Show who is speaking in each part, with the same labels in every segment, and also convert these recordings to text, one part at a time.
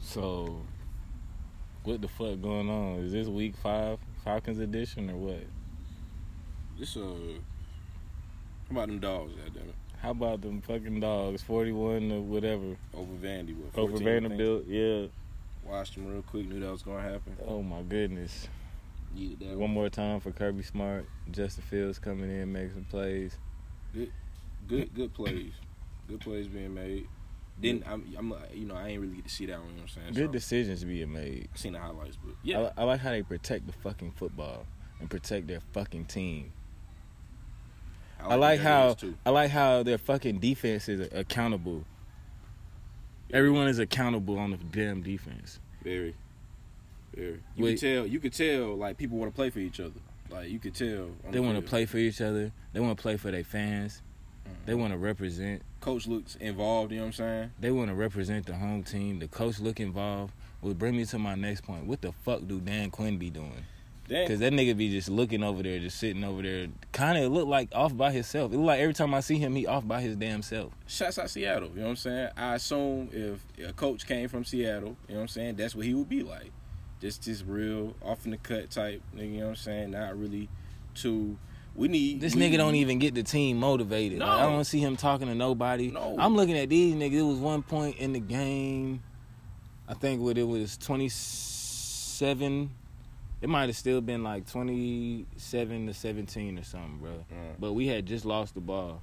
Speaker 1: So, what the fuck going on? Is this week five Falcons edition or what?
Speaker 2: This uh, how about them dogs? Goddamn it,
Speaker 1: How about them fucking dogs? Forty-one or whatever
Speaker 2: over Vandy. What,
Speaker 1: over
Speaker 2: 14, I think.
Speaker 1: Vanderbilt. Yeah.
Speaker 2: Watched them real quick. Knew that was gonna happen.
Speaker 1: Oh my goodness.
Speaker 2: Yeah, that
Speaker 1: One more time for Kirby Smart. Justin Fields coming in, making some plays.
Speaker 2: good good plays, good plays being made. Didn't I'm, I'm uh, you know I ain't really get to see that one. You know what I'm saying?
Speaker 1: Good
Speaker 2: So,
Speaker 1: decisions being made.
Speaker 2: I seen the highlights, but yeah,
Speaker 1: I, I like how they protect the fucking football and protect their fucking team. I like
Speaker 2: the
Speaker 1: how
Speaker 2: Jaguars, too.
Speaker 1: I like how their fucking defense is accountable. Everyone is accountable on the damn defense.
Speaker 2: Very, very. You
Speaker 1: Wait.
Speaker 2: could tell. You could tell. Like people want to play for each other. Like you could tell. on
Speaker 1: They
Speaker 2: the
Speaker 1: want to
Speaker 2: field.
Speaker 1: play for each other. They want to play for their fans. They want to represent.
Speaker 2: Coach looks involved. You know what I'm saying?
Speaker 1: They want to represent the home team. The coach look involved. Would bring me to my next point. What the fuck do Dan Quinn be doing? Cause
Speaker 2: Damn.
Speaker 1: that nigga be just looking over there, just sitting over there. Kind of look like off by himself. It look like every time I see him, he off by his damn self.
Speaker 2: Shots out Seattle. You know what I'm saying? I assume if a coach came from Seattle, you know what I'm saying, that's what he would be like. Just this real off in the cut type nigga. You know what I'm saying? Not really too. We need
Speaker 1: This
Speaker 2: we
Speaker 1: nigga don't
Speaker 2: need-
Speaker 1: even get the team motivated. Like, I
Speaker 2: No.
Speaker 1: don't see him talking to nobody.
Speaker 2: No.
Speaker 1: I'm looking at these niggas. It was one point in the game. I think what it was 27. It might have still been like 27 to 17 or something, bro.
Speaker 2: Mm.
Speaker 1: But we had just lost the ball.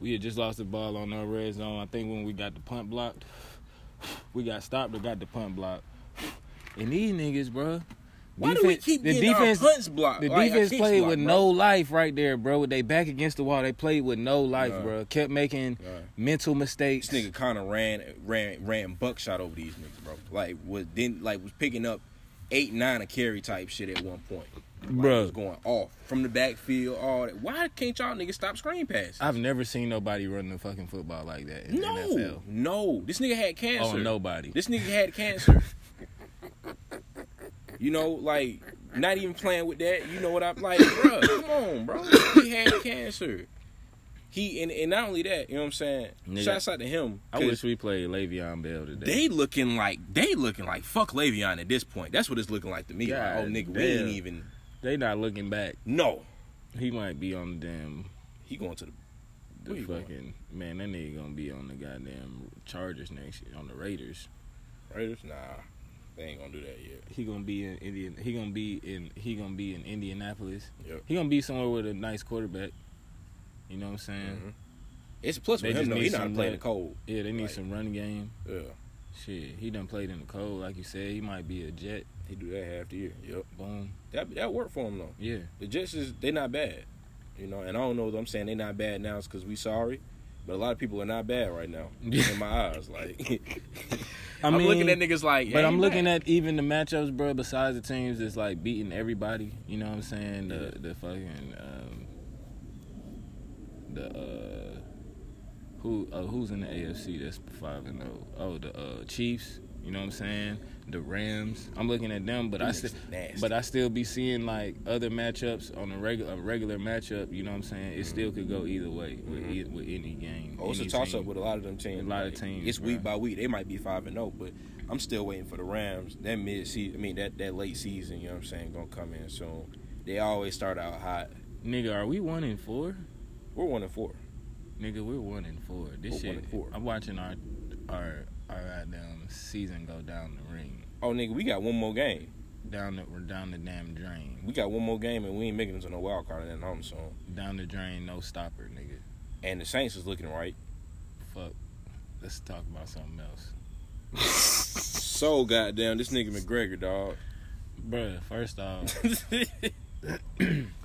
Speaker 1: We had just lost the ball on our red zone. I think when we got the punt blocked, we got stopped or got the punt blocked. And these niggas, bro.
Speaker 2: Why do we keep getting defense, our punts blocked?
Speaker 1: The
Speaker 2: Like, our
Speaker 1: defense
Speaker 2: kicks
Speaker 1: played
Speaker 2: blocked,
Speaker 1: with
Speaker 2: bro.
Speaker 1: no life right there, bro. They back against the wall. They played with no life,
Speaker 2: Yeah.
Speaker 1: bro. Kept making
Speaker 2: Yeah.
Speaker 1: mental mistakes.
Speaker 2: This nigga kind of ran, ran, ran buckshot over these niggas, bro. Like was then like was picking up eight, nine a carry type shit at one point, Like,
Speaker 1: Bruh.
Speaker 2: Was going off from the backfield, all that. Why can't y'all niggas stop screen passes?
Speaker 1: I've never seen nobody run the fucking football like that in
Speaker 2: no,
Speaker 1: the NFL.
Speaker 2: no. This nigga had
Speaker 1: Oh,
Speaker 2: cancer.
Speaker 1: nobody.
Speaker 2: This nigga had cancer. you know, like not even playing with that. You know what I'm like, bro? Come on, bro. He had cancer. He and, and not only that, you know what I'm saying.
Speaker 1: Nigga.
Speaker 2: Shouts out to him.
Speaker 1: I
Speaker 2: 'cause-
Speaker 1: wish we played Le'Veon Bell today.
Speaker 2: They looking like they looking like fuck Le'Veon at this point. That's what it's looking like to me. Like,
Speaker 1: God
Speaker 2: oh nigga, we
Speaker 1: damn.
Speaker 2: ain't even
Speaker 1: They not looking back.
Speaker 2: no.
Speaker 1: He might be on the damn
Speaker 2: He going to the
Speaker 1: the
Speaker 2: Where you going?
Speaker 1: fucking man. That nigga gonna be on the goddamn Chargers next year on the Raiders.
Speaker 2: Raiders. Nah, they ain't gonna do that yet.
Speaker 1: He gonna be in Indian. He gonna be in. He gonna be in Indianapolis.
Speaker 2: Yep.
Speaker 1: He gonna be somewhere with a nice quarterback. You know what I'm saying?
Speaker 2: Mhm. It's plus
Speaker 1: Mm-hmm. They
Speaker 2: with him
Speaker 1: just
Speaker 2: though.
Speaker 1: need
Speaker 2: He not
Speaker 1: some
Speaker 2: playing the
Speaker 1: run.
Speaker 2: cold.
Speaker 1: Yeah, they need
Speaker 2: Like-
Speaker 1: some run game.
Speaker 2: Yeah,
Speaker 1: Shit, he done played in the cold, like you said. He might be a Jet.
Speaker 2: he do that half the year. Yep.
Speaker 1: Boom.
Speaker 2: That that worked for him though.
Speaker 1: Yeah.
Speaker 2: The Jets is they not bad. You know, and I don't know. if I'm saying they not bad now. It's because we sorry. But a lot of people are not bad right now in my eyes. Like
Speaker 1: I
Speaker 2: I'm looking at niggas like,
Speaker 1: But I'm looking at even the matchups, bro. Besides the teams that's like beating everybody, you know what I'm saying? The the fucking um, the uh, who uh, who's in the AFC that's five and zero? Oh, the uh, Chiefs. You know what I'm saying? The Rams. I'm looking at them, but I
Speaker 2: Them
Speaker 1: still,
Speaker 2: niggas nasty.
Speaker 1: but I still be seeing like other matchups on a regular a regular matchup. You know what I'm saying? It still could go either way with, e- with any game.
Speaker 2: Mm-hmm. Oh, it's a
Speaker 1: any
Speaker 2: toss up
Speaker 1: team.
Speaker 2: with a lot of them
Speaker 1: A
Speaker 2: teams.
Speaker 1: lot of
Speaker 2: Like,
Speaker 1: teams,
Speaker 2: It's week
Speaker 1: bruh.
Speaker 2: by week. They might be five and zero, but I'm still waiting for the Rams. That mid season, I mean that that late season. You know what I'm saying? Gonna come in soon. They always start out hot.
Speaker 1: Nigga, are we one in four?
Speaker 2: We're one and four.
Speaker 1: Nigga, we're one and four. This
Speaker 2: We're
Speaker 1: shit.
Speaker 2: one and four.
Speaker 1: I'm watching our our our goddamn season go down the ring,
Speaker 2: Oh nigga, we got one more game.
Speaker 1: down the we're down the damn drain,
Speaker 2: We got one more game, and we ain't making it to no wild card and then home soon.
Speaker 1: down the drain, no stopper, nigga.
Speaker 2: And the Saints is looking right.
Speaker 1: Fuck. Let's talk about something else,
Speaker 2: So goddamn, this nigga McGregor, dog.
Speaker 1: bruh. First off,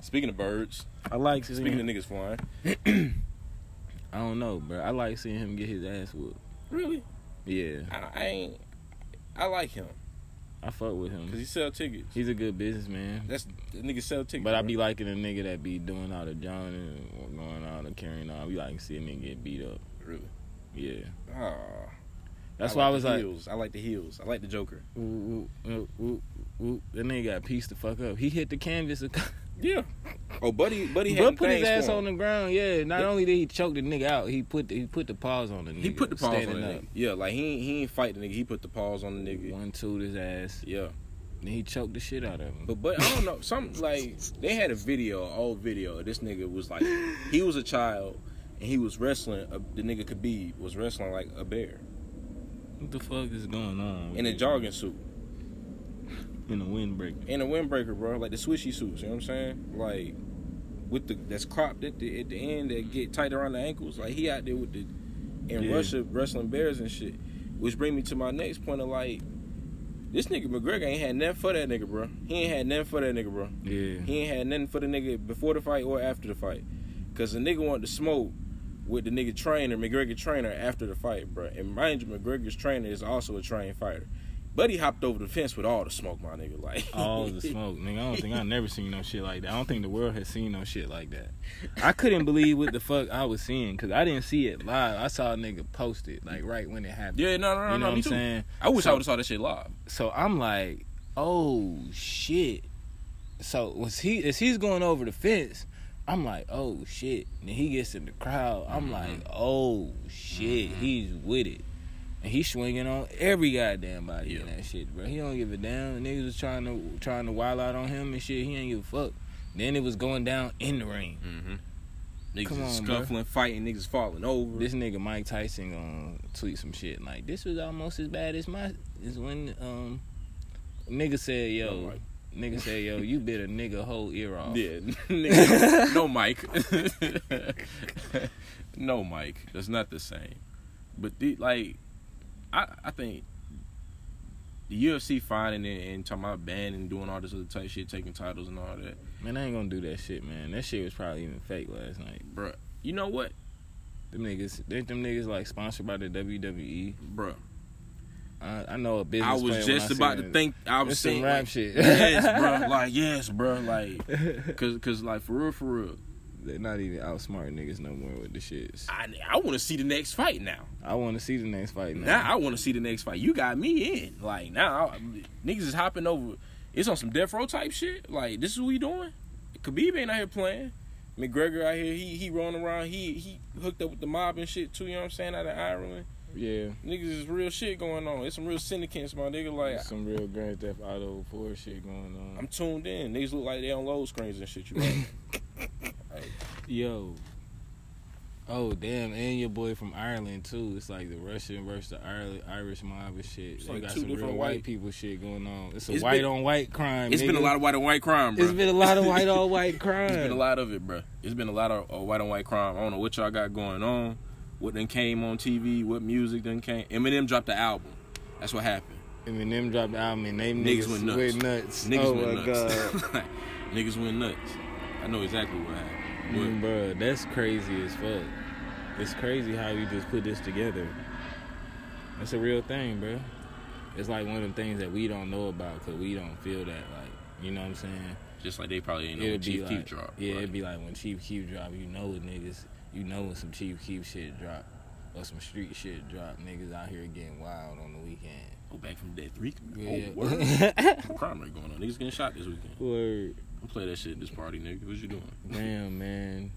Speaker 2: Speaking of birds,
Speaker 1: I like
Speaker 2: speaking of
Speaker 1: seeing.
Speaker 2: niggas flying,
Speaker 1: I don't know, bruh. I like seeing him get his ass whooped.
Speaker 2: really?
Speaker 1: Yeah,
Speaker 2: I, I ain't. I like him
Speaker 1: I fuck with
Speaker 2: because
Speaker 1: him.
Speaker 2: he sell tickets.
Speaker 1: He's a good businessman.
Speaker 2: That's that nigga sell tickets.
Speaker 1: But I
Speaker 2: bruh.
Speaker 1: be liking a nigga that be doing all the drowning, and going out and carrying on. We like seeing nigga get beat up.
Speaker 2: really.
Speaker 1: Yeah,
Speaker 2: Ah.
Speaker 1: that's why I was
Speaker 2: the
Speaker 1: like,
Speaker 2: heels. I like the heels. I like the Joker.
Speaker 1: Ooh, ooh, ooh, ooh, ooh. That nigga got pieced the fuck up. He hit the canvas. A, cou-
Speaker 2: Yeah. Oh, buddy, buddy had
Speaker 1: But put his
Speaker 2: things
Speaker 1: ass
Speaker 2: for him.
Speaker 1: on the ground. Yeah. Not
Speaker 2: Yeah.
Speaker 1: only did he choke the nigga out, he put the, he put the paws on the nigga.
Speaker 2: He put the paws on the
Speaker 1: standing
Speaker 2: nigga. Yeah, like he ain't, he ain't fight the nigga. He put the paws on the nigga.
Speaker 1: One two his ass.
Speaker 2: Yeah,
Speaker 1: Then he choked the shit out of him.
Speaker 2: but but I don't know. Some like they had a video, an old video. This nigga was like, he was a child and he was wrestling. Uh, the nigga Khabib was wrestling like a bear
Speaker 1: What the fuck is going on? with
Speaker 2: in a
Speaker 1: this
Speaker 2: jogging suit,
Speaker 1: nigga? In a windbreaker.
Speaker 2: in a windbreaker, bro. Like the swishy suits. You know what I'm saying? Like with the that's cropped at the at the end that get tight around the ankles. Like he out there with the in
Speaker 1: Yeah.
Speaker 2: Russia wrestling bears and shit. Which bring me to my next point of like. This nigga McGregor ain't had nothing for that nigga, bro. He ain't had nothing for that nigga, bro.
Speaker 1: Yeah.
Speaker 2: He ain't had nothing for the nigga before the fight or after the fight. Cause the nigga wanted to smoke with the nigga trainer, McGregor trainer, after the fight, bro. And mind you, McGregor's trainer is also a trained fighter. But he hopped over the fence with all the smoke, my nigga. Like
Speaker 1: All the smoke, nigga. I don't think I never seen no shit like that. I don't think the world has seen no shit like that. I couldn't believe what the fuck I was seeing because I didn't see it live. I saw a nigga post it like right when it happened.
Speaker 2: Yeah, no, no,
Speaker 1: you
Speaker 2: no,
Speaker 1: know
Speaker 2: no,
Speaker 1: what
Speaker 2: me
Speaker 1: I'm
Speaker 2: too.
Speaker 1: saying?
Speaker 2: I wish I
Speaker 1: So-
Speaker 2: would have saw that shit live.
Speaker 1: So I'm like, oh shit. So was he as he's going over the fence, I'm like, oh shit. And he gets in the crowd. I'm like, oh shit, he's with it. And he's swinging on every goddamn body in
Speaker 2: Yeah.
Speaker 1: that shit, bro. He don't give a damn. The niggas was trying to trying to wild out on him and shit. He ain't give a fuck. Then it was going down in the ring.
Speaker 2: Mm-hmm. Niggas
Speaker 1: Come
Speaker 2: is
Speaker 1: on,
Speaker 2: scuffling, fighting, niggas falling over.
Speaker 1: This nigga Mike Tyson gonna tweet some shit like this was almost as bad as my is when um nigga said
Speaker 2: No,
Speaker 1: yo
Speaker 2: Mike.
Speaker 1: nigga said yo you bit a nigga whole ear off.
Speaker 2: yeah, nigga, no Mike, no Mike. That's not the same. But the, like, I I think the UFC finding it and talking about banning, doing all this other type shit, taking titles and all that.
Speaker 1: Man, I ain't gonna do that shit, man. That shit was probably even fake last night.
Speaker 2: Bruh, you know what,
Speaker 1: Them niggas, they, them niggas like sponsored by the WWE.
Speaker 2: bruh?
Speaker 1: I, I know a business.
Speaker 2: I was
Speaker 1: plan when
Speaker 2: just
Speaker 1: I
Speaker 2: about
Speaker 1: seen
Speaker 2: to
Speaker 1: it.
Speaker 2: think. I
Speaker 1: It's
Speaker 2: was
Speaker 1: some
Speaker 2: saying,
Speaker 1: rap
Speaker 2: like,
Speaker 1: shit.
Speaker 2: yes, bro. Like, yes, bro. Like, cause, cause, like, for real, for real.
Speaker 1: They're not even outsmarting niggas no more with the shits.
Speaker 2: I, I want to see the next fight now.
Speaker 1: I want to see the next fight now.
Speaker 2: Now I want to see the next fight. You got me in. Like now, I, niggas is hopping over. It's on some death row type shit. Like this is what we doing. Khabib ain't out here playing. McGregor out here. He he rolling around. He he hooked up with the mob and shit too. You know what I'm saying? Out of Ireland,
Speaker 1: yeah,
Speaker 2: niggas is real shit going on. It's some real syndicates, my nigga. Like
Speaker 1: some real Grand Theft Auto 4 shit going on.
Speaker 2: I'm tuned in. Niggas look like they on load screens and shit. You right?
Speaker 1: Yo. Oh damn, and your boy from Ireland too. It's like the Russian versus the Irish, Irish mob and shit.
Speaker 2: It's
Speaker 1: they
Speaker 2: like
Speaker 1: got
Speaker 2: two
Speaker 1: some real
Speaker 2: different
Speaker 1: white,
Speaker 2: white-
Speaker 1: people shit going on. It's a
Speaker 2: It's
Speaker 1: white
Speaker 2: been-
Speaker 1: on white crime.
Speaker 2: It's been a
Speaker 1: nigga.
Speaker 2: lot of white on white crime, bro.
Speaker 1: It's been a lot of white on white crime.
Speaker 2: It's been a lot of it, bro. It's been a lot of uh, white on white crime. I don't know what y'all got going on. What then came on TV? What music then came? Eminem dropped the album. That's what happened.
Speaker 1: Eminem dropped the album and them
Speaker 2: Niggas
Speaker 1: niggas,
Speaker 2: went
Speaker 1: went nuts.
Speaker 2: nuts. Niggas
Speaker 1: oh
Speaker 2: went
Speaker 1: my god.
Speaker 2: nuts. Niggas went nuts. I know exactly what happened. What-
Speaker 1: Mm, bro, that's crazy as fuck. It's crazy how you just put this together. That's a real thing, bro. It's like one of the things that we don't know about because we don't feel that. Like, you know what I'm saying?
Speaker 2: Just like they probably ain't know
Speaker 1: it'd
Speaker 2: what
Speaker 1: be
Speaker 2: Chief
Speaker 1: like,
Speaker 2: Keef dropped.
Speaker 1: Yeah,
Speaker 2: right?
Speaker 1: it'd be like when Chief Keef drop, you know when niggas, you know when some Chief Keef shit drop or some street shit drop, niggas out here getting wild on the weekend.
Speaker 2: oh, back from dead three.
Speaker 1: Yeah.
Speaker 2: Oh, word. crime rate going on. Niggas getting shot this weekend.
Speaker 1: Word.
Speaker 2: Don't play that shit in this party, nigga. What you doing?
Speaker 1: Damn, man.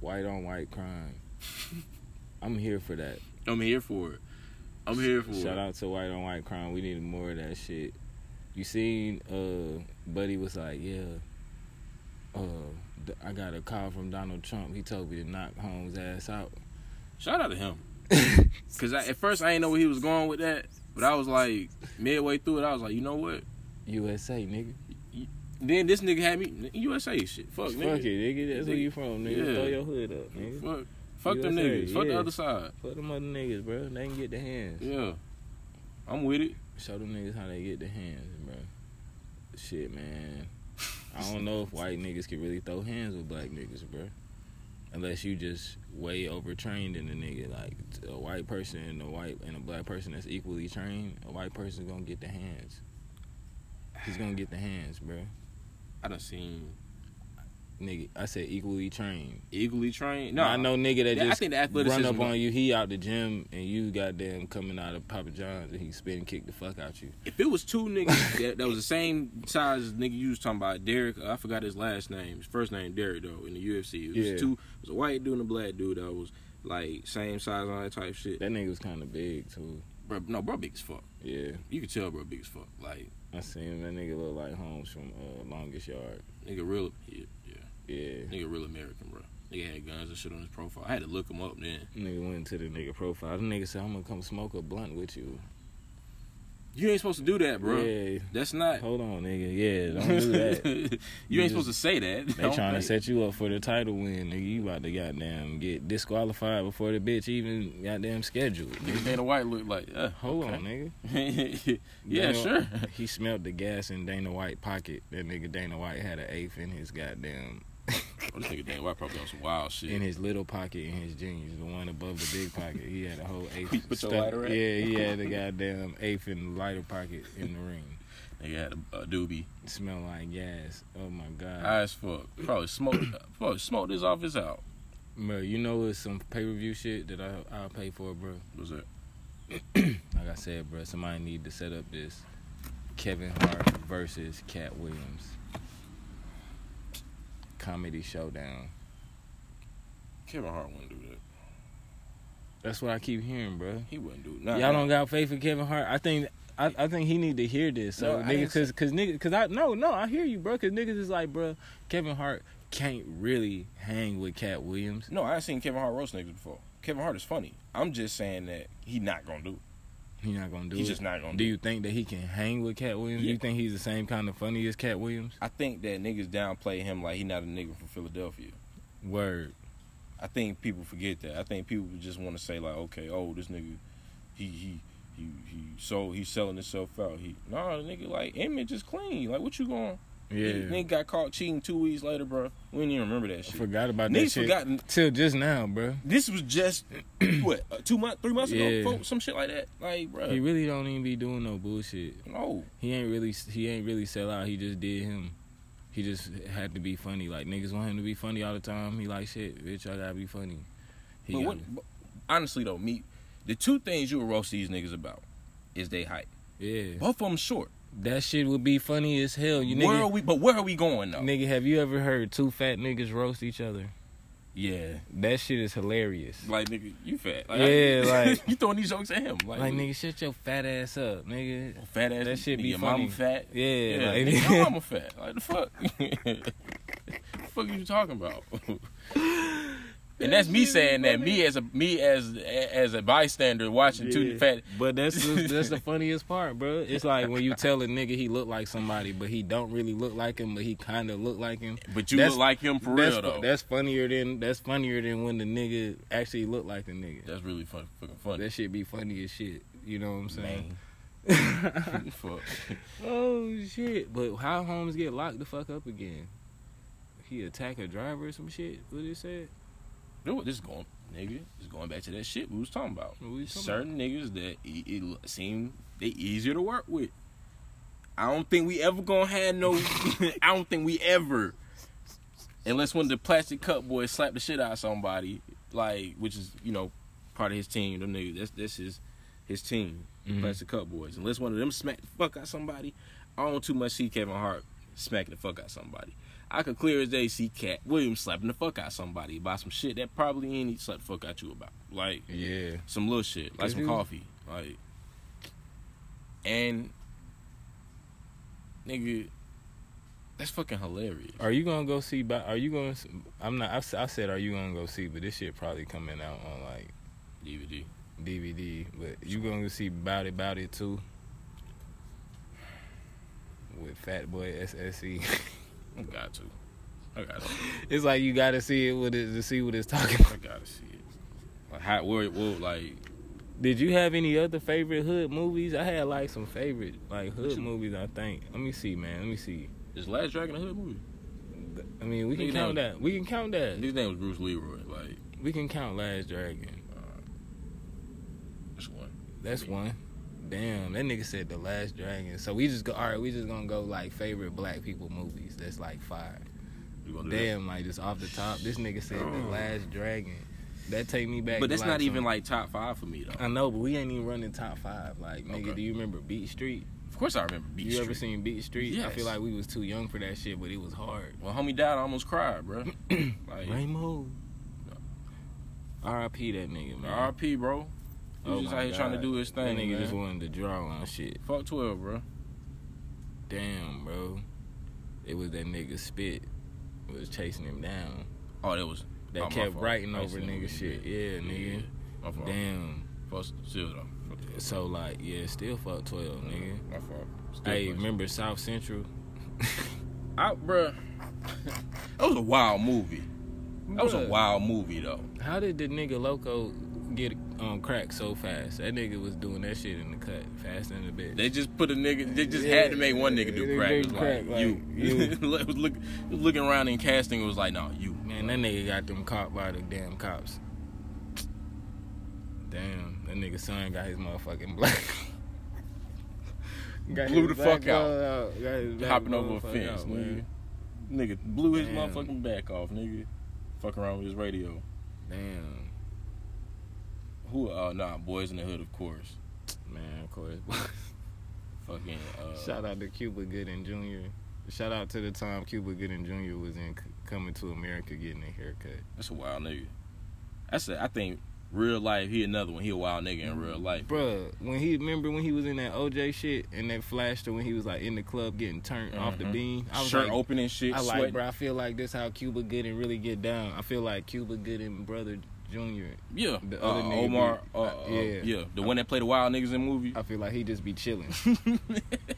Speaker 1: White on white crime. I'm here for that.
Speaker 2: I'm here for it. I'm here for
Speaker 1: Shout
Speaker 2: it.
Speaker 1: out to White on White Crime. We need more of that shit. You seen, uh, Buddy was like, yeah, uh, th- I got a call from Donald Trump. He told me to knock Holmes' ass out.
Speaker 2: Shout out to him. Cause I, at first I didn't know where he was going with that, but I was like midway through it, I was like, you know what?
Speaker 1: USA, nigga.
Speaker 2: Then this nigga had me USA shit. Fuck
Speaker 1: Fuck it,
Speaker 2: nigga.
Speaker 1: nigga. That's where you from, nigga.
Speaker 2: Yeah.
Speaker 1: Throw your hood up, nigga.
Speaker 2: Fuck, fuck them
Speaker 1: USA,
Speaker 2: niggas. Fuck the
Speaker 1: yeah.
Speaker 2: other side.
Speaker 1: Fuck them other niggas, bro. They can get the hands.
Speaker 2: Yeah, I'm with it.
Speaker 1: Show them niggas how they get the hands, bro. Shit, man. I don't know if white niggas can really throw hands with black niggas, bro. Unless you just way overtrained in the nigga. Like t- a white person and a white and a black person that's equally trained, a white person's gonna get the hands. He's gonna get the hands, bro.
Speaker 2: I done seen
Speaker 1: nigga. I said equally trained.
Speaker 2: Equally trained. No,
Speaker 1: No, I know nigga that
Speaker 2: Yeah, I
Speaker 1: just
Speaker 2: think the
Speaker 1: run
Speaker 2: athleticism-
Speaker 1: up on you. He out the gym and you goddamn coming out of Papa John's and he spin and kick the fuck out you.
Speaker 2: If it was two niggas that, that was the same size as nigga you was talking about, Derek, I forgot his last name. His first name Derek though in the UFC. It was
Speaker 1: Yeah.
Speaker 2: two. It was a white dude and a black dude that was like same size and all that type shit.
Speaker 1: That nigga was kind of big too.
Speaker 2: Bro, no, bro, big as fuck.
Speaker 1: Yeah,
Speaker 2: You could tell, bro, big as fuck. Like
Speaker 1: I seen him. That nigga look like Holmes from uh, Longest Yard.
Speaker 2: nigga real, yeah, yeah,
Speaker 1: Yeah,
Speaker 2: nigga real American, bro. Nigga had guns and shit on his profile. I had to look him up then.
Speaker 1: nigga went to the nigga profile. The nigga said, "I'm gonna come smoke a blunt with you."
Speaker 2: You ain't supposed to do that, bro.
Speaker 1: Yeah,
Speaker 2: That's not.
Speaker 1: hold on, nigga. Yeah, don't do that.
Speaker 2: you,
Speaker 1: You
Speaker 2: ain't
Speaker 1: just-
Speaker 2: supposed to say that.
Speaker 1: They trying to set you up for the title win, nigga. You about to goddamn get disqualified before the bitch even goddamn scheduled.
Speaker 2: Nigga Dana White look like. Uh,
Speaker 1: Hold on, nigga.
Speaker 2: nigga. yeah,
Speaker 1: Dana-
Speaker 2: sure.
Speaker 1: He smelled the gas in Dana White pocket. That nigga Dana White had an eighth in his goddamn
Speaker 2: Oh, this nigga Dana White probably on some wild shit.
Speaker 1: in his little pocket in his jeans, the one above the big pocket. He had a whole eighth.
Speaker 2: You put your
Speaker 1: stuck-
Speaker 2: lighter at?
Speaker 1: Yeah, he had a goddamn eighth in the lighter pocket in the ring.
Speaker 2: Nigga had a, a doobie.
Speaker 1: Smell like gas. Oh my god.
Speaker 2: High as fuck. Probably smoked. probably smoked his office out.
Speaker 1: bro, you know it's some pay per view shit that I I'll pay for, bro.
Speaker 2: What's that?
Speaker 1: Like I said, bro, somebody need to set up this Kevin Hart versus Cat Williams comedy showdown.
Speaker 2: Kevin Hart wouldn't do that.
Speaker 1: That's what I keep hearing, bro.
Speaker 2: He wouldn't do. Nah,
Speaker 1: Y'all don't got faith in Kevin Hart. I think I, I think he need to hear this. So
Speaker 2: No, I
Speaker 1: niggas,
Speaker 2: didn't
Speaker 1: cause cause niggas, cause I no no I hear you, bro. Cause niggas is like, bro, Kevin Hart can't really hang with Cat Williams.
Speaker 2: No, I ain't seen Kevin Hart roast niggas before. Kevin Hart is funny. I'm just saying that he not gonna do. It.
Speaker 1: He not gonna do
Speaker 2: He's
Speaker 1: it.
Speaker 2: just not gonna
Speaker 1: do
Speaker 2: do
Speaker 1: you think that he can hang with Cat Williams?
Speaker 2: Yeah.
Speaker 1: You think he's the same kind of funny as Cat Williams?
Speaker 2: I think that niggas downplay him like he not a nigga from Philadelphia.
Speaker 1: Word.
Speaker 2: I think people forget that. I think people just want to say like, okay, oh, this nigga, he he he he sold, he's selling himself out. He nah, the nigga like image is clean. Like what you going?
Speaker 1: Yeah.
Speaker 2: Nigga got caught cheating two weeks later, bro. We didn't even remember that
Speaker 1: I
Speaker 2: shit.
Speaker 1: forgot about that
Speaker 2: Niggas
Speaker 1: shit
Speaker 2: forgotten.
Speaker 1: till just now, bro.
Speaker 2: This was just what uh, two months, three months
Speaker 1: Yeah.
Speaker 2: ago, folks, some shit like that. Like, bro,
Speaker 1: He really don't even be doing no bullshit.
Speaker 2: no,
Speaker 1: He ain't really he ain't really sell out. He just did him. He just had to be funny. Like niggas want him to be funny all the time. He like shit, bitch. I gotta be funny. He
Speaker 2: but
Speaker 1: got
Speaker 2: what? But honestly though, me, the two things you would roast these niggas about is they hype.
Speaker 1: yeah.
Speaker 2: Both of them short.
Speaker 1: That shit would be funny as hell. You
Speaker 2: where are
Speaker 1: nigga,
Speaker 2: we? But where are we going though?
Speaker 1: nigga, have you ever heard two fat niggas roast each other?
Speaker 2: Yeah.
Speaker 1: That shit is hilarious.
Speaker 2: Like nigga, you fat. Like,
Speaker 1: Yeah,
Speaker 2: I-
Speaker 1: like-
Speaker 2: you throwing these jokes at him. Like,
Speaker 1: Like, nigga, shut your fat ass up, nigga.
Speaker 2: fat ass.
Speaker 1: that shit
Speaker 2: nigga,
Speaker 1: be
Speaker 2: your
Speaker 1: funny.
Speaker 2: mama fat.
Speaker 1: Yeah,
Speaker 2: Yeah,
Speaker 1: like-
Speaker 2: nigga, your mama fat. Like the fuck. fuck you talking about? and that's me
Speaker 1: shit is
Speaker 2: saying that.
Speaker 1: funny.
Speaker 2: Me as a me as as a bystander watching two
Speaker 1: Yeah.
Speaker 2: fat.
Speaker 1: But that's the, that's the funniest part, bro. It's like when you tell a nigga he look like somebody, but he don't really look like him, but he kind of look like him.
Speaker 2: But you
Speaker 1: That's-
Speaker 2: look like him for
Speaker 1: that's,
Speaker 2: real though. That's,
Speaker 1: that's funnier than that's funnier than when the nigga actually look like the nigga.
Speaker 2: really fun, fucking funny.
Speaker 1: That shit be funny as shit. You know what I'm saying?
Speaker 2: Man. fuck.
Speaker 1: oh shit! But how Holmes get locked the fuck up again? He attack a driver or some shit. What it said?
Speaker 2: You know what? This is going, nigga. This is going back to that shit we was talking about.
Speaker 1: What we talking
Speaker 2: Certain niggas that e- it, l- seem they easier to work with. I don't think we ever gonna have no. I don't think we ever, unless one of the plastic cup boys slapped the shit out of somebody, like which is you know part of his team. Them niggas. That's that's his his team.
Speaker 1: Mhm.
Speaker 2: Plastic cup boys. Unless one of them smack the fuck out somebody, I don't too much see Kevin Hart smacking the fuck out somebody. I could clear as day see Cat Williams slapping the fuck out somebody about some shit that probably ain't he slapped the fuck out you about. Like
Speaker 1: Yeah.
Speaker 2: some little shit, like
Speaker 1: Cause
Speaker 2: some
Speaker 1: he was-
Speaker 2: coffee, like. And nigga, that's fucking hilarious.
Speaker 1: Are you gonna go see? By, are you gonna? s- I'm not. I, s- I said, are you gonna go see? But this shit probably coming out on like
Speaker 2: DVD.
Speaker 1: DVD. But you gonna go see Bout It Bout It too? With Fat Boy SSE.
Speaker 2: I got to. I got to.
Speaker 1: it's like you gotta see it with it to see what it's talking about.
Speaker 2: I gotta see it. Like how where it will like
Speaker 1: Did you have any other favorite hood movies? I had like some favorite like hood
Speaker 2: you-
Speaker 1: movies. I think. Let me see, man. Let me see.
Speaker 2: this last Dragon Hood movie.
Speaker 1: I mean, we can
Speaker 2: Nigga,
Speaker 1: count
Speaker 2: that-
Speaker 1: that. We can count that.
Speaker 2: His name was Bruce Leroy. Like uh,
Speaker 1: We can count Last Dragon.
Speaker 2: that's one.
Speaker 1: That's one. Damn, that nigga said the Last Dragon. So we just go. All right, we just gonna go like favorite black people movies. That's like five.
Speaker 3: You gonna do that?
Speaker 1: Damn, like just off the top, this nigga said the last dragon. That take me back.
Speaker 2: Oh. But that's
Speaker 1: to,
Speaker 2: not even
Speaker 1: some-
Speaker 2: like top five for me though.
Speaker 1: I know, but we ain't even running top five. Like, nigga,
Speaker 2: Okay.
Speaker 1: do you remember Beat Street?
Speaker 2: Of course, I remember Beach
Speaker 1: you
Speaker 2: Street.
Speaker 1: ever seen Beat Street? I feel
Speaker 2: Yes.
Speaker 1: like we was too young for that shit, but it was hard.
Speaker 2: When homie died, I almost cried, bro. like
Speaker 1: Rainbow. R.I.P. that nigga, man.
Speaker 2: RP, bro. He was
Speaker 1: Oh
Speaker 2: just
Speaker 1: my
Speaker 2: out here trying to
Speaker 1: God.
Speaker 2: do his
Speaker 1: that
Speaker 2: thing.
Speaker 1: nigga
Speaker 2: man.
Speaker 1: just wanted to draw on shit.
Speaker 2: Fuck twelve, bro.
Speaker 1: Damn, bro. It was that nigga spit was chasing him down.
Speaker 2: Oh, that was
Speaker 1: That
Speaker 2: oh, my
Speaker 1: kept
Speaker 2: fault.
Speaker 1: writing
Speaker 2: I
Speaker 1: over
Speaker 2: seen
Speaker 1: nigga
Speaker 2: it.
Speaker 1: shit. Yeah, nigga.
Speaker 2: My fault.
Speaker 1: Damn.
Speaker 2: Fuck still though. Fuck the-
Speaker 1: So like, yeah, still fuck twelve, nigga.
Speaker 2: My fault. Still
Speaker 1: Hey,
Speaker 2: fuck.
Speaker 1: remember South Central?
Speaker 2: I, bro. that was a wild movie. That was a
Speaker 1: Bruh.
Speaker 2: wild movie though.
Speaker 1: How did the nigga Loco get on crack so fast? That nigga was doing that shit in the cut, faster than the bitch.
Speaker 2: They just put a nigga. They just had to make one nigga do
Speaker 1: Yeah,
Speaker 2: crack.
Speaker 1: they
Speaker 2: It was
Speaker 1: do
Speaker 2: like,
Speaker 1: crack, like,
Speaker 2: you,
Speaker 1: you.
Speaker 2: Look- was look, was looking around and casting. It was like, no, you.
Speaker 1: Man, that nigga got them caught by the damn cops. Damn, that nigga son got his motherfucking black. got
Speaker 2: Blew the
Speaker 1: his black
Speaker 2: fuck out.
Speaker 1: ball out. Got his black
Speaker 2: hopping over a
Speaker 1: motherfucker
Speaker 2: fence,
Speaker 1: out,
Speaker 2: nigga.
Speaker 1: man.
Speaker 2: Nigga blew his
Speaker 1: Damn.
Speaker 2: motherfucking back off, nigga. Fuck around with his radio.
Speaker 1: Damn,
Speaker 2: Who? Uh, nah, boys in the hood, of course.
Speaker 1: man, of course.
Speaker 2: Fucking. Uh,
Speaker 1: Shout out to Cuba Gooding Jr. Shout out to the time Cuba Gooding Jr. was in C- Coming to America getting a haircut.
Speaker 2: That's a wild nigga. That's a, I think real life. He another one. He a wild nigga in
Speaker 1: Mm-hmm.
Speaker 2: real life.
Speaker 1: Bruh, when he remember when he was in that OJ shit and that flash to when he was like in the club getting turned off the
Speaker 2: Mhm.
Speaker 1: beam. I was
Speaker 2: Shirt
Speaker 1: like,
Speaker 2: open and shit.
Speaker 1: I like,
Speaker 2: sweating.
Speaker 1: bro. I feel like this how Cuba Gooding really get down. I feel like Cuba Gooding brother Junior.
Speaker 2: Yeah.
Speaker 1: The
Speaker 2: uh,
Speaker 1: other nigga
Speaker 2: Omar.
Speaker 1: be-
Speaker 2: uh, uh,
Speaker 1: uh,
Speaker 2: yeah.
Speaker 1: yeah.
Speaker 2: The one that played the wild niggas in the movie.
Speaker 1: I feel like he just be chilling.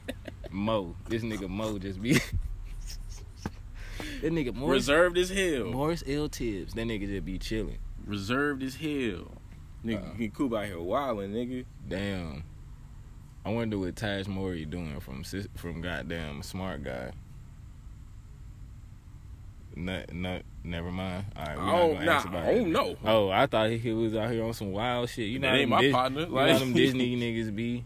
Speaker 1: Mo, this nigga Mo just be. that nigga Morris,
Speaker 2: Reserved as hell.
Speaker 1: Morris L Tibbs. That nigga just be chilling.
Speaker 2: Reserved as hell. Nigga,
Speaker 1: Uh-uh.
Speaker 2: you Coop out here wilding, nigga.
Speaker 1: Damn. I wonder what Taj Mori doing from Sis- from goddamn smart guy. No, no, never mind. All right, we not
Speaker 2: Oh,
Speaker 1: gonna
Speaker 2: nah,
Speaker 1: ask about
Speaker 2: I don't
Speaker 1: that.
Speaker 2: know.
Speaker 1: Oh, I thought he, he was out here on some wild shit. You
Speaker 2: That
Speaker 1: know,
Speaker 2: ain't
Speaker 1: them
Speaker 2: my
Speaker 1: Dis-
Speaker 2: partner,
Speaker 1: You
Speaker 2: like-
Speaker 1: know them Disney niggas be.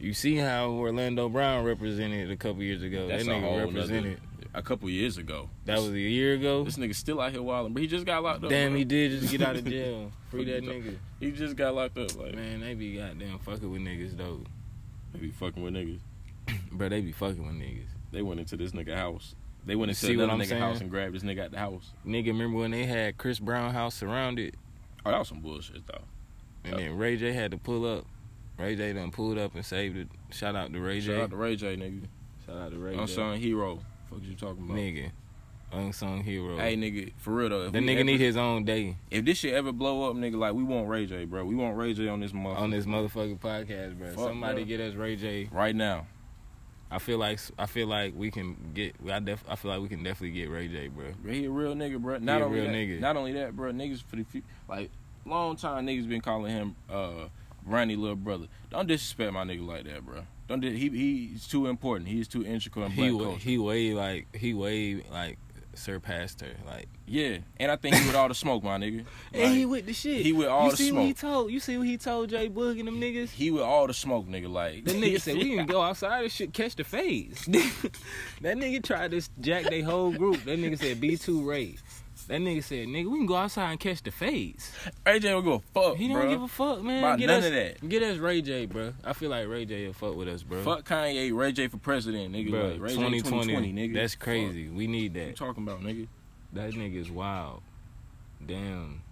Speaker 1: You see how Orlando Brown represented a couple years ago.
Speaker 2: That's
Speaker 1: that
Speaker 2: a whole
Speaker 1: nigga
Speaker 2: nother-
Speaker 1: represented.
Speaker 2: A couple years ago.
Speaker 1: That was a year ago.
Speaker 2: This nigga still out here wilding, but he just got locked up.
Speaker 1: Damn,
Speaker 2: bro.
Speaker 1: he did just get out of jail. Free that nigga.
Speaker 2: He just got locked up. Like
Speaker 1: Man, they be goddamn fucking with niggas though.
Speaker 2: they be fucking with niggas.
Speaker 1: Bro, they be fucking with niggas.
Speaker 2: They went into this nigga house. They went into
Speaker 1: See what
Speaker 2: another
Speaker 1: I'm
Speaker 2: nigga
Speaker 1: saying?
Speaker 2: house and grabbed this nigga out the house.
Speaker 1: Nigga, remember when they had Chris Brown house surrounded,
Speaker 2: Oh, that was some bullshit though.
Speaker 1: and then Ray J had to pull up. Ray J done pulled up and saved it. Shout out to Ray J.
Speaker 2: Shout out to Ray J, nigga.
Speaker 1: Shout out to Ray
Speaker 2: Unsung hero. Fuck you talking about?
Speaker 1: Nigga, unsung hero.
Speaker 2: Hey, nigga, for real though. If
Speaker 1: that
Speaker 2: we
Speaker 1: nigga
Speaker 2: ever-
Speaker 1: need his own day
Speaker 2: If this shit ever blow up, nigga, like we want Ray J, bro. We want Ray J on this motherfucker
Speaker 1: on this motherfucking podcast, bro.
Speaker 2: Fuck,
Speaker 1: Somebody
Speaker 2: bro.
Speaker 1: get us Ray J.
Speaker 2: right now.
Speaker 1: I feel like I feel like we can get. I def, I feel like we can definitely get Ray J, bro.
Speaker 2: Bro, He a real nigga, bro. Not
Speaker 1: a
Speaker 2: only
Speaker 1: real
Speaker 2: that,
Speaker 1: nigga.
Speaker 2: not only that, bro. Niggas for the few, like long time niggas been calling him uh Ronnie little brother. Don't disrespect my nigga like that, bro. Don't dis- he he's too important. He's too integral in
Speaker 1: He
Speaker 2: black
Speaker 1: wa-
Speaker 2: culture.
Speaker 1: he way like he way like surpassed her. Like
Speaker 2: yeah, and I think he with all the smoke, my nigga.
Speaker 1: and he
Speaker 2: Like,
Speaker 1: with the shit.
Speaker 2: he with all
Speaker 1: you
Speaker 2: the
Speaker 1: see what he
Speaker 2: smoke.
Speaker 1: told. You see what he told J Boog and them niggas.
Speaker 2: he with all the smoke, nigga. Like
Speaker 1: That nigga said we can go outside and shit catch the fades. that nigga tried to jack they whole group. That nigga said B two Ray. That nigga said nigga we can go outside and catch the fades.
Speaker 2: Ray J don't give a fuck,
Speaker 1: He don't
Speaker 2: bro.
Speaker 1: give a fuck, man.
Speaker 2: About
Speaker 1: get
Speaker 2: none
Speaker 1: us,
Speaker 2: of that.
Speaker 1: Get us Ray J, bro. I feel like Ray J will fuck with us, bro.
Speaker 2: Fuck Kanye, Ray J for president, nigga.
Speaker 1: bro.
Speaker 2: like, Ray J
Speaker 1: 2020,
Speaker 2: 2020, nigga.
Speaker 1: That's
Speaker 2: Fuck.
Speaker 1: crazy. We need
Speaker 2: What you
Speaker 1: that.
Speaker 2: talking about, nigga?
Speaker 1: That nigga's wild. Damn.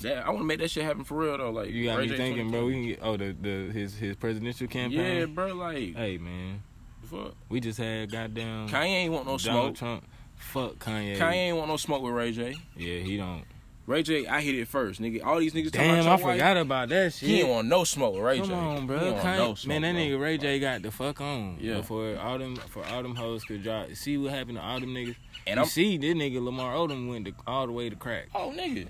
Speaker 2: That, I want to make that shit happen for real though. Like
Speaker 1: You got
Speaker 2: Ray
Speaker 1: me
Speaker 2: J
Speaker 1: thinking, bro.
Speaker 2: 2020.
Speaker 1: We can get oh the the his his presidential
Speaker 2: Yeah,
Speaker 1: campaign.
Speaker 2: bro. Like
Speaker 1: Hey man,
Speaker 2: fuck.
Speaker 1: we just had goddamn
Speaker 2: Kanye ain't want no
Speaker 1: Donald
Speaker 2: smoke.
Speaker 1: Trump. Fuck
Speaker 2: Kanye ain't want no smoke with Ray J.
Speaker 1: Yeah, he don't.
Speaker 2: Ray J, I hit it first, nigga. All these niggas talking
Speaker 1: Damn, I
Speaker 2: about your wife,
Speaker 1: forgot about that shit.
Speaker 2: He ain't want no smoke with Ray
Speaker 1: Come
Speaker 2: J.
Speaker 1: on, bro.
Speaker 2: He don't want
Speaker 1: Kanye-
Speaker 2: no smoke,
Speaker 1: man, that
Speaker 2: bro.
Speaker 1: nigga Ray J got the fuck on.
Speaker 2: Yeah.
Speaker 1: Before all them, for all them hoes could drop. See what happened to all them niggas.
Speaker 2: And
Speaker 1: you
Speaker 2: I'm
Speaker 1: see, this nigga Lamar Odom went to, all the way to crack.
Speaker 2: oh nigga,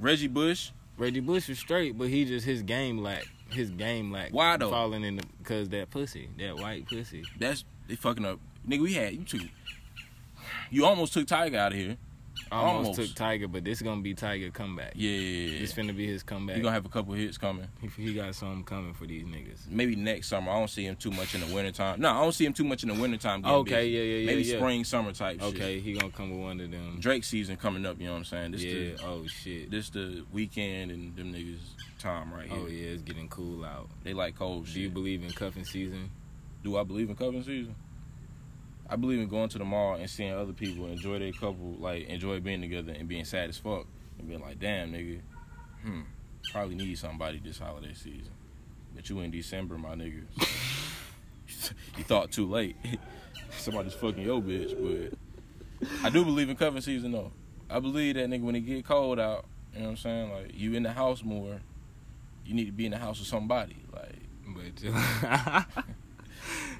Speaker 2: Reggie Bush.
Speaker 1: Reggie Bush was straight, but he just his game lack. His game lack.
Speaker 2: Why though?
Speaker 1: Falling in the because that pussy, that white pussy.
Speaker 2: That's they fucking up, nigga. We had you two. You almost took Tiger out of here.
Speaker 1: almost,
Speaker 2: Almost.
Speaker 1: took Tiger, but this gonna be Tiger comeback.
Speaker 2: Yeah, yeah, yeah.
Speaker 1: This finna be his comeback.
Speaker 2: You're gonna have a couple hits coming.
Speaker 1: he, he got something coming for these niggas.
Speaker 2: Maybe next summer. I don't see him too much in the wintertime. No, I don't see him too much in the wintertime. getting
Speaker 1: Okay,
Speaker 2: busy.
Speaker 1: yeah, yeah, yeah,
Speaker 2: Maybe
Speaker 1: yeah.
Speaker 2: spring, summer type shit.
Speaker 1: Okay, he gonna come with one of them.
Speaker 2: Drake season coming up, you know what I'm saying? This
Speaker 1: yeah.
Speaker 2: the
Speaker 1: oh shit.
Speaker 2: this the weekend and them niggas time right here.
Speaker 1: Oh yeah, it's getting cool out.
Speaker 2: They like cold shit.
Speaker 1: Do you believe in cuffing season?
Speaker 2: Do I believe in cuffing season? I believe in going to the mall and seeing other people enjoy their couple, like enjoy being together and being sad as fuck and being like, damn nigga, hmm, probably need somebody this holiday season. But you in December, my nigga. so- you thought too late. Somebody's fucking your bitch, but I do believe in cuffing season though. I believe that nigga when it get cold out, you know what I'm saying? Like you in the house more, you need to be in the house with somebody. Like
Speaker 1: But uh, that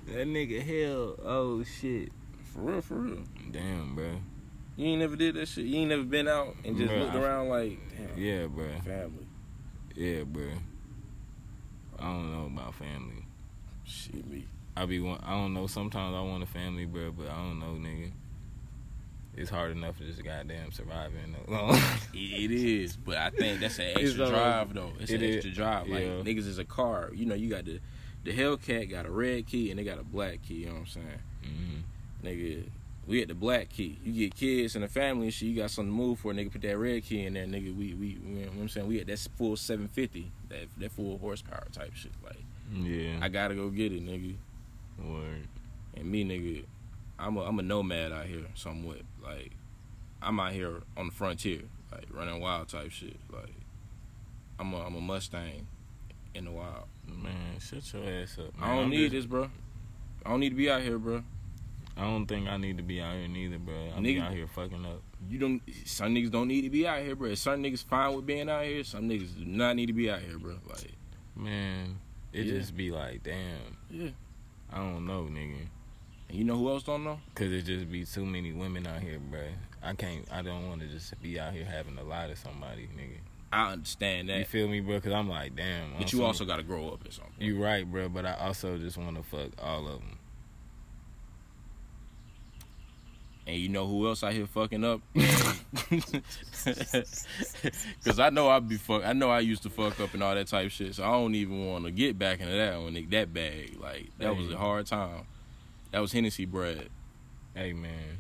Speaker 1: nigga hell. Oh shit.
Speaker 2: for real, for real.
Speaker 1: Damn, bro.
Speaker 2: You ain't never did that shit. You ain't never been out and just
Speaker 1: Bruh,
Speaker 2: looked
Speaker 1: I-
Speaker 2: around like, damn,
Speaker 1: Yeah, bro.
Speaker 2: family.
Speaker 1: Yeah, bro. I don't know about family.
Speaker 2: Shit, me.
Speaker 1: I be want, I don't know. Sometimes I want a family, bro, but I don't know, nigga. It's hard enough to just goddamn surviving alone.
Speaker 2: It is, but I think that's an
Speaker 1: It's
Speaker 2: extra
Speaker 1: a-
Speaker 2: drive though. It's
Speaker 1: it
Speaker 2: an
Speaker 1: is-
Speaker 2: extra drive. Like
Speaker 1: yeah.
Speaker 2: niggas is a car. You know, you got the the Hellcat got a red key and they got a black key. You know what I'm saying,
Speaker 1: Mhm.
Speaker 2: nigga? We at the black key. You get kids and a family and shit. You got something to move for, nigga. Put that red key in there, nigga. We we, we you know what I'm saying we at that full 750, that that full horsepower type shit. Like
Speaker 1: Mm-hmm. Yeah.
Speaker 2: I gotta go get it, nigga.
Speaker 1: Word.
Speaker 2: And me, nigga, I'm a, I'm a nomad out here somewhat. Like, I'm out here on the frontier, like running wild type shit. Like, I'm a, I'm a Mustang in the wild.
Speaker 1: Man, shut your ass up.
Speaker 2: I
Speaker 1: man.
Speaker 2: don't
Speaker 1: I'm
Speaker 2: need
Speaker 1: just-
Speaker 2: this, bro. I don't need to be out here, bro.
Speaker 1: I don't think I need to be out here neither, bro. I be
Speaker 2: Nigga.
Speaker 1: out here fucking up.
Speaker 2: You don't. Some niggas don't need to be out here, bro. Some niggas fine with being out here. Some niggas do not need to be out here, bro. Like,
Speaker 1: Man, it
Speaker 2: Yeah.
Speaker 1: just be like, damn.
Speaker 2: Yeah.
Speaker 1: I don't know, nigga.
Speaker 2: and you know who else don't know?
Speaker 1: Cause it just be too many women out here, bro. I can't. I don't want to just be out here having a lie to somebody, nigga.
Speaker 2: I understand
Speaker 1: You
Speaker 2: that,
Speaker 1: feel me, bro? Cause I'm like, damn. I'm
Speaker 2: but you
Speaker 1: so-
Speaker 2: also got to grow up or something.
Speaker 1: You right, bro. But I also just want to fuck all of them.
Speaker 2: And you know who else out here fucking up? Cause I know I be fuck. I know I used to fuck up and all that type shit. So I don't even want to get back into that one. nigga, That bag, like that was a hard time. That was Hennessy bread.
Speaker 1: Hey, man.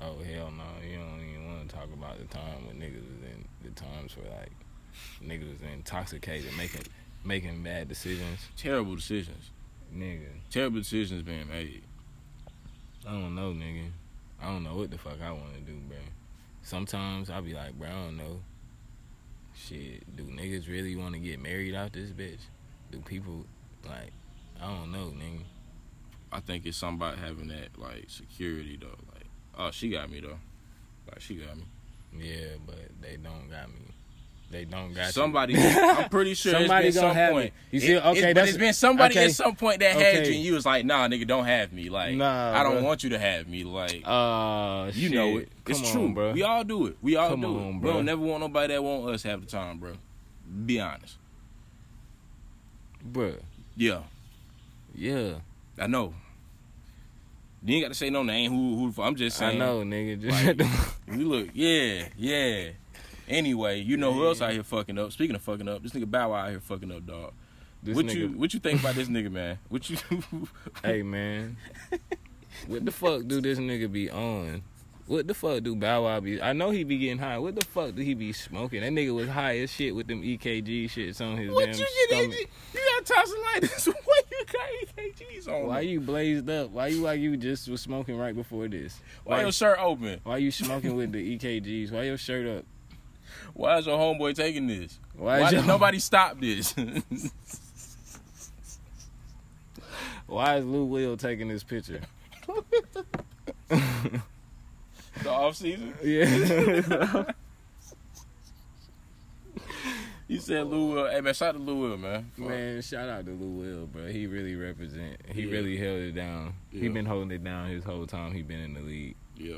Speaker 1: Oh hell no! You don't even want to talk about the time when niggas was in the times where like niggas was intoxicated, making making bad decisions,
Speaker 2: Terrible decisions.
Speaker 1: nigga.
Speaker 2: Terrible decisions being made.
Speaker 1: I don't know, nigga. I don't know what the fuck I want to do, bro. Sometimes I be like, bro, I don't know. Shit, do niggas really want to get married out this bitch? Do people like, I don't know, nigga.
Speaker 2: I think it's somebody having that like security though. Like, oh, she got me though. Like she got me.
Speaker 1: Yeah, but they don't got me. They don't got you.
Speaker 2: somebody, I'm pretty sure
Speaker 1: Somebody
Speaker 2: somebody
Speaker 1: gonna
Speaker 2: some
Speaker 1: have
Speaker 2: point.
Speaker 1: it. You see, okay,
Speaker 2: it's, but
Speaker 1: that's-
Speaker 2: it's been somebody
Speaker 1: okay.
Speaker 2: at some point that had
Speaker 1: Okay.
Speaker 2: you, and you was like, "Nah, nigga, don't have me. Like,
Speaker 1: Nah,
Speaker 2: I don't
Speaker 1: bruh.
Speaker 2: want you to have me. Like,
Speaker 1: Uh,
Speaker 2: you know it. It's true,
Speaker 1: bro.
Speaker 2: We all do it. We all
Speaker 1: Come
Speaker 2: do
Speaker 1: on,
Speaker 2: it.
Speaker 1: bruh.
Speaker 2: We don't never want nobody that want us half the time, bro. Be honest.
Speaker 1: bro.
Speaker 2: Yeah,
Speaker 1: Yeah,
Speaker 2: I know. You ain't got to say no name. Who? Who? the fuck- I'm just saying.
Speaker 1: I know, nigga. Just
Speaker 2: Like, We look. Yeah, yeah. Anyway, you know who else out here fucking up? Speaking of fucking up, this nigga Bow Wow out here fucking up, dog.
Speaker 1: this
Speaker 2: what
Speaker 1: nigga.
Speaker 2: you what you think about this nigga, man? What you
Speaker 1: hey, man. what the fuck do this nigga be on? What the fuck do Bow Wow be? I know he be getting high. What the fuck do he be smoking? That nigga was high as shit with them EKG shits on his damn stomach.
Speaker 2: You got tonsillitis. What you got EKGs on?
Speaker 1: Why you blazed up? Why you like you just was smoking right before this?
Speaker 2: Why
Speaker 1: Why
Speaker 2: your shirt open?
Speaker 1: why you smoking with the EKGs? Why your shirt up?
Speaker 2: Why is your homeboy taking this?
Speaker 1: Why,
Speaker 2: Why,
Speaker 1: is
Speaker 2: did
Speaker 1: your-
Speaker 2: nobody stop this?
Speaker 1: Why is Lou Will taking this picture?
Speaker 2: the off season.
Speaker 1: Yeah.
Speaker 2: You said Lou Will. Hey man, shout out to Lou Will, man. Fuck.
Speaker 1: Man, shout out to Lou Will, bro. He really represent. He
Speaker 2: Yeah.
Speaker 1: really held it down. He
Speaker 2: Yeah.
Speaker 1: been holding it down his whole time. He been in the league.
Speaker 2: Yeah,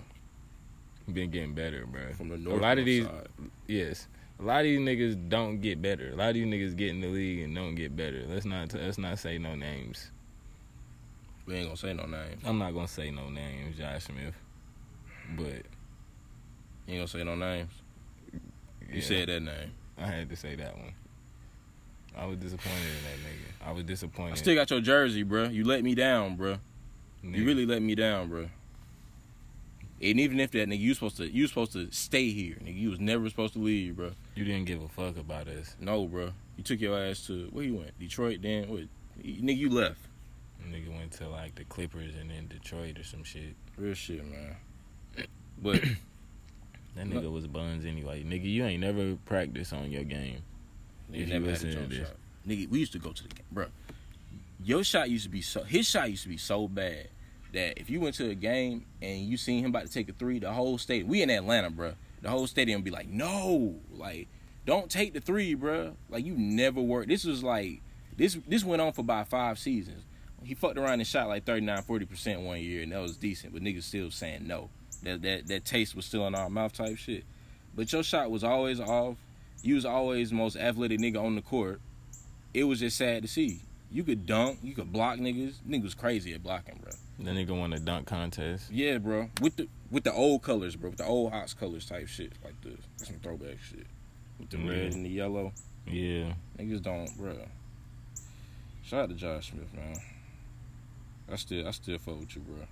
Speaker 1: He Been getting better, bro.
Speaker 2: from the north.
Speaker 1: lot of
Speaker 2: north
Speaker 1: these-
Speaker 2: side.
Speaker 1: Yes, a lot of these niggas don't get better. A lot of these niggas get in the league and don't get better. Let's not let's not say no names.
Speaker 2: we ain't gonna say no name.
Speaker 1: I'm not gonna say no names, Josh Smith. But
Speaker 2: You ain't gonna say no names. You
Speaker 1: Yeah.
Speaker 2: said that name.
Speaker 1: I had to say that one. I was disappointed in that nigga. I was disappointed.
Speaker 2: I still got your jersey, bruh. You let me down, bruh. You
Speaker 1: Nigga.
Speaker 2: really let me down, bruh. And even if that nigga, you supposed to you supposed to stay here, nigga. You was never supposed to leave, bruh.
Speaker 1: You didn't give a fuck about us,
Speaker 2: No, bruh. You took your ass to where you went, Detroit. Then what? You- Nigga, you left.
Speaker 1: nigga. Went to like the Clippers and then Detroit or some shit.
Speaker 2: Real shit, man. But
Speaker 1: That
Speaker 2: No.
Speaker 1: nigga was buns anyway. Nigga, you ain't never practiced on your game.
Speaker 2: Nigga
Speaker 1: If
Speaker 2: never
Speaker 1: you
Speaker 2: had a
Speaker 1: listen to
Speaker 2: jump
Speaker 1: this.
Speaker 2: shot. Nigga, we used to go to the game, bro. Your shot used to be so. His shot used to be so bad that if you went to a game and you seen him about to take a three, the whole state. We in Atlanta, bro. The whole stadium would be like, no, like, don't take the three, bro. Like you never worked. This was like, this this went on for about five seasons. He fucked around and shot like 39, 40 percent one year, and that was decent. But niggas still saying no. That that that taste was still in our mouth type shit. But your shot was always off. You was always the most athletic nigga on the court. It was just sad to see. You could dunk, you could block niggas. Niggas was crazy at blocking, bro.
Speaker 1: The nigga won a dunk contest.
Speaker 2: Yeah, bro. With the with the old colors, bro. With the old Hawks colors type shit like this. That's some throwback shit. With the red
Speaker 1: Yeah.
Speaker 2: and the yellow.
Speaker 1: Yeah.
Speaker 2: Niggas don't, bro. Shout out to Josh Smith, man. I still, I still fuck with you, bro.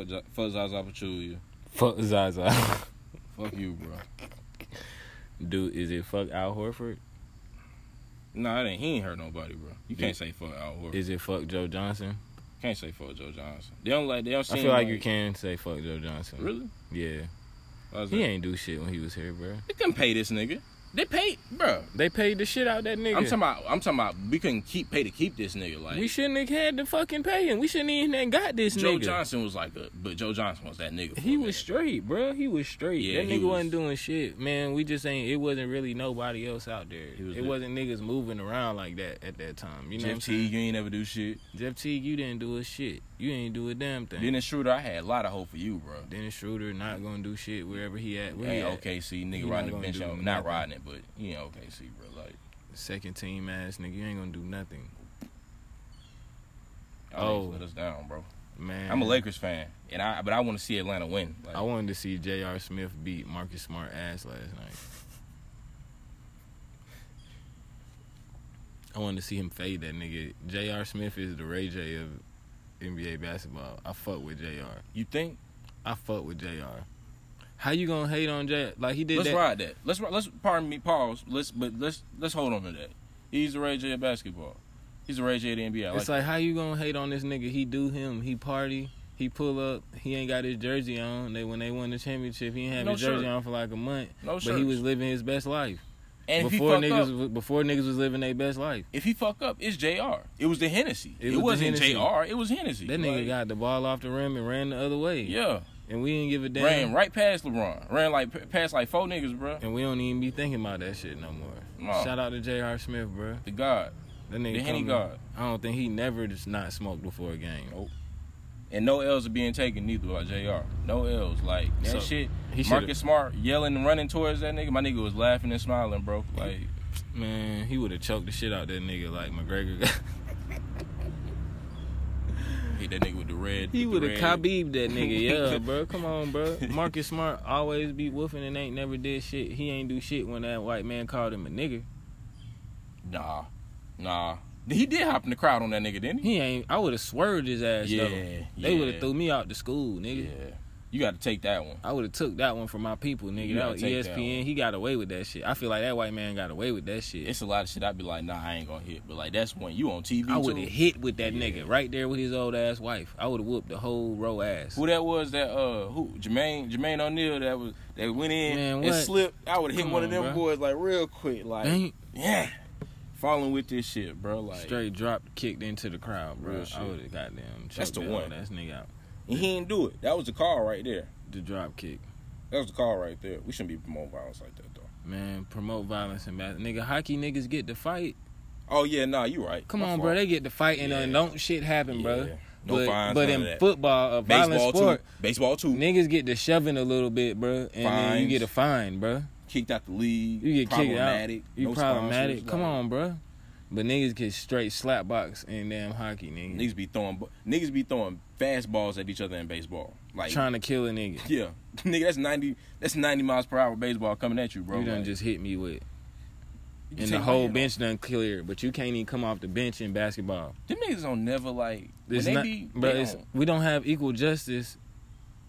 Speaker 2: Fuck, Jo- fuck Zaza Pachulia.
Speaker 1: Fuck Zaza.
Speaker 2: Fuck you, bro.
Speaker 1: Dude, is it fuck Al Horford?
Speaker 2: Nah, I didn't. He ain't hurt nobody, bro. You
Speaker 1: Yeah.
Speaker 2: can't say fuck Al Horford.
Speaker 1: Is it fuck Joe Johnson?
Speaker 2: Can't say fuck Joe Johnson. They don't like. They don't.
Speaker 1: I
Speaker 2: Seem
Speaker 1: feel like you can say fuck Joe Johnson.
Speaker 2: Really?
Speaker 1: Yeah.
Speaker 2: Why is
Speaker 1: He
Speaker 2: that?
Speaker 1: ain't do shit when he was here, bro.
Speaker 2: They couldn't pay this nigga. They paid, bro.
Speaker 1: They paid the shit out that nigga.
Speaker 2: I'm talking about. I'm talking about. We couldn't keep pay to keep this nigga. Like
Speaker 1: we shouldn't have had to fucking pay him. We shouldn't even have got this
Speaker 2: Joe
Speaker 1: nigga.
Speaker 2: Johnson was like a, but Joe Johnson was that nigga. for
Speaker 1: He
Speaker 2: a
Speaker 1: was
Speaker 2: minute.
Speaker 1: straight, bro. He was straight.
Speaker 2: Yeah,
Speaker 1: that
Speaker 2: he
Speaker 1: nigga was,
Speaker 2: was-
Speaker 1: not doing shit, man. We just ain't. It wasn't really nobody else out there.
Speaker 2: He was
Speaker 1: it
Speaker 2: lit.
Speaker 1: wasn't niggas moving around like that at that time. You know what I'm
Speaker 2: Jeff T,
Speaker 1: saying?
Speaker 2: you ain't never do shit.
Speaker 1: Jeff Teague, you didn't do a shit. You ain't do a damn thing.
Speaker 2: Dennis Schroeder, I had a lot of hope for you, bro.
Speaker 1: Dennis Schroeder not gonna do shit wherever he at. Where
Speaker 2: Hey,
Speaker 1: he at?
Speaker 2: OKC
Speaker 1: He
Speaker 2: nigga
Speaker 1: not
Speaker 2: riding the
Speaker 1: gonna
Speaker 2: bench,
Speaker 1: do
Speaker 2: out- not
Speaker 1: nothing.
Speaker 2: riding it, but he ain't OKC, bro. Like,
Speaker 1: Second team ass nigga, you ain't gonna do nothing,
Speaker 2: oh,
Speaker 1: Oh.
Speaker 2: let us down, bro.
Speaker 1: man.
Speaker 2: I'm a Lakers fan, and I but I want to see Atlanta win. Like,
Speaker 1: I wanted to see J.R. Smith beat Marcus Smart ass last night. I wanted to see him fade that nigga. J.R. Smith is the Ray J of NBA basketball. I fuck with J.R.
Speaker 2: you think?
Speaker 1: I fuck with J.R. How you gonna hate on J.R.? Like he did
Speaker 2: Let's
Speaker 1: that.
Speaker 2: ride that. Let's ri- let's pardon me, pause. Let's but let's let's hold on to that. He's the Ray J of basketball. He's the Ray J of the NBA. I
Speaker 1: It's
Speaker 2: like,
Speaker 1: like how you gonna hate on this nigga? He do him. He party. He pull up. He ain't got his jersey on. They when they won the championship, he ain't have
Speaker 2: No
Speaker 1: his jersey
Speaker 2: shirt.
Speaker 1: on for like a month.
Speaker 2: no
Speaker 1: but
Speaker 2: shirts.
Speaker 1: he was living his best life
Speaker 2: and if he
Speaker 1: before
Speaker 2: fuck
Speaker 1: niggas.
Speaker 2: up,
Speaker 1: was- Before niggas was living their best life.
Speaker 2: if he fuck up, it's Jr. It was the Hennessy.
Speaker 1: It
Speaker 2: It,
Speaker 1: was the
Speaker 2: was not
Speaker 1: Hennessy.
Speaker 2: Jr. It was Hennessy.
Speaker 1: That nigga
Speaker 2: Like,
Speaker 1: got the ball off the rim and ran the other way.
Speaker 2: yeah,
Speaker 1: And we didn't give a damn.
Speaker 2: ran right past LeBron. Ran like p- past like four niggas, bro.
Speaker 1: And we don't even be thinking about that shit no more.
Speaker 2: No.
Speaker 1: Shout out to J.R. Smith, bro.
Speaker 2: The God
Speaker 1: That nigga
Speaker 2: The Henny
Speaker 1: come-
Speaker 2: God.
Speaker 1: I don't think he never just not smoked before a game.
Speaker 2: Nope. and no L's are being taken neither by Jr. No L's like that
Speaker 1: So,
Speaker 2: shit.
Speaker 1: He should
Speaker 2: Marcus Smart yelling and running towards that nigga. My nigga was laughing and smiling, bro. Like
Speaker 1: man, he would have choked the shit out that nigga like McGregor. got.
Speaker 2: hit that nigga with the red.
Speaker 1: he would
Speaker 2: with the
Speaker 1: have
Speaker 2: red-
Speaker 1: Khabib that nigga. Yeah, bro. Come on, bro. Marcus Smart always be woofing and ain't never did shit. He ain't do shit when that white man called him a nigga.
Speaker 2: Nah, nah. He did hop in the crowd on that nigga, didn't he?
Speaker 1: He ain't. I would have swerved his ass though. They would have threw me out the school, nigga.
Speaker 2: Yeah, you got to take that one.
Speaker 1: I would have took that one from my people, nigga.
Speaker 2: You
Speaker 1: That
Speaker 2: gotta
Speaker 1: was E
Speaker 2: take that
Speaker 1: ESPN. He got away with that shit. I feel like that white man got away with that shit.
Speaker 2: It's a lot of shit. I'd be like, nah, I ain't gonna hit. But like, that's when you on TV.
Speaker 1: I
Speaker 2: too.
Speaker 1: would have hit with that nigga right there with his old ass wife. I would have whooped the whole row ass.
Speaker 2: Who that was? That uh, who Jermaine Jermaine O'Neal that was that went in
Speaker 1: Man,
Speaker 2: and
Speaker 1: what?
Speaker 2: slipped. I would have hit
Speaker 1: Come
Speaker 2: one of
Speaker 1: on,
Speaker 2: them
Speaker 1: bro.
Speaker 2: boys like real quick, like
Speaker 1: Ain't
Speaker 2: yeah, falling with this shit, bro. Like
Speaker 1: straight dropped, kicked into the crowd, bro.
Speaker 2: Real shit.
Speaker 1: I would have goddamn.
Speaker 2: That's
Speaker 1: choked
Speaker 2: the
Speaker 1: that
Speaker 2: one.
Speaker 1: old ass nigga out.
Speaker 2: and he didn't do it. That was the call right there.
Speaker 1: The drop kick.
Speaker 2: That was the call right there. We shouldn't be promoting violence like that though.
Speaker 1: Man, promote violence and bad. Nigga, hockey niggas get to fight.
Speaker 2: Oh yeah, nah, you right.
Speaker 1: Come
Speaker 2: My
Speaker 1: on,
Speaker 2: fault.
Speaker 1: bro. They get to fight and,
Speaker 2: Yeah.
Speaker 1: and don't shit happen, bro.
Speaker 2: Yeah. No
Speaker 1: but
Speaker 2: fines,
Speaker 1: but
Speaker 2: none
Speaker 1: in
Speaker 2: of that.
Speaker 1: football, a
Speaker 2: baseball
Speaker 1: violent sport,
Speaker 2: too. Baseball too.
Speaker 1: niggas get to shoving a little bit, bro, and then you
Speaker 2: Fines.
Speaker 1: get a fine, bro.
Speaker 2: kicked out the league.
Speaker 1: You get kicked out.
Speaker 2: problematic,
Speaker 1: You
Speaker 2: no
Speaker 1: problematic.
Speaker 2: sponsors,
Speaker 1: Come
Speaker 2: like-
Speaker 1: on, bro. But niggas get straight slap box in damn hockey, nigga.
Speaker 2: Niggas be throwing niggas be throwing fastballs at each other in baseball. Like
Speaker 1: Trying to kill a nigga.
Speaker 2: yeah, nigga, that's ninety that's ninety miles per hour baseball coming at you, bro.
Speaker 1: you done
Speaker 2: Like,
Speaker 1: just hit me with.
Speaker 2: you can
Speaker 1: And
Speaker 2: take
Speaker 1: the
Speaker 2: my
Speaker 1: whole
Speaker 2: hand
Speaker 1: bench done cleared, but you can't even come off the bench in basketball.
Speaker 2: off. Them niggas don't never like when
Speaker 1: It's
Speaker 2: they
Speaker 1: not,
Speaker 2: be.
Speaker 1: but
Speaker 2: they
Speaker 1: it's,
Speaker 2: don't.
Speaker 1: we don't have equal justice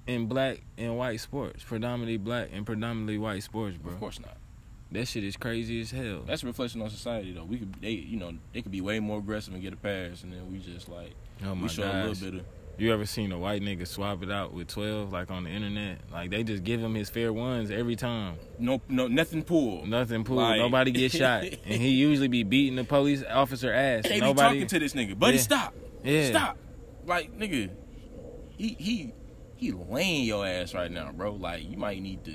Speaker 1: in black and white sports, predominantly black and predominantly white sports, bro.
Speaker 2: of course not.
Speaker 1: That shit is crazy as hell.
Speaker 2: That's a reflection on society though. We could they you know they could be way more aggressive and get a pass, and then we just like
Speaker 1: oh
Speaker 2: we
Speaker 1: my
Speaker 2: show a
Speaker 1: gosh.
Speaker 2: little bit of
Speaker 1: You ever seen a white nigga swap it out with 12, like on the internet? Like, they just give him his fair ones every time.
Speaker 2: no no nothing pulled.
Speaker 1: Nothing pulled.
Speaker 2: Like-
Speaker 1: Nobody get shot. And he usually be beating the police officer ass.
Speaker 2: They be
Speaker 1: Nobody.
Speaker 2: talking to this nigga, buddy.
Speaker 1: Yeah.
Speaker 2: Stop,
Speaker 1: yeah.
Speaker 2: stop. Like nigga, he he he laying your ass right now, bro. Like you might need to.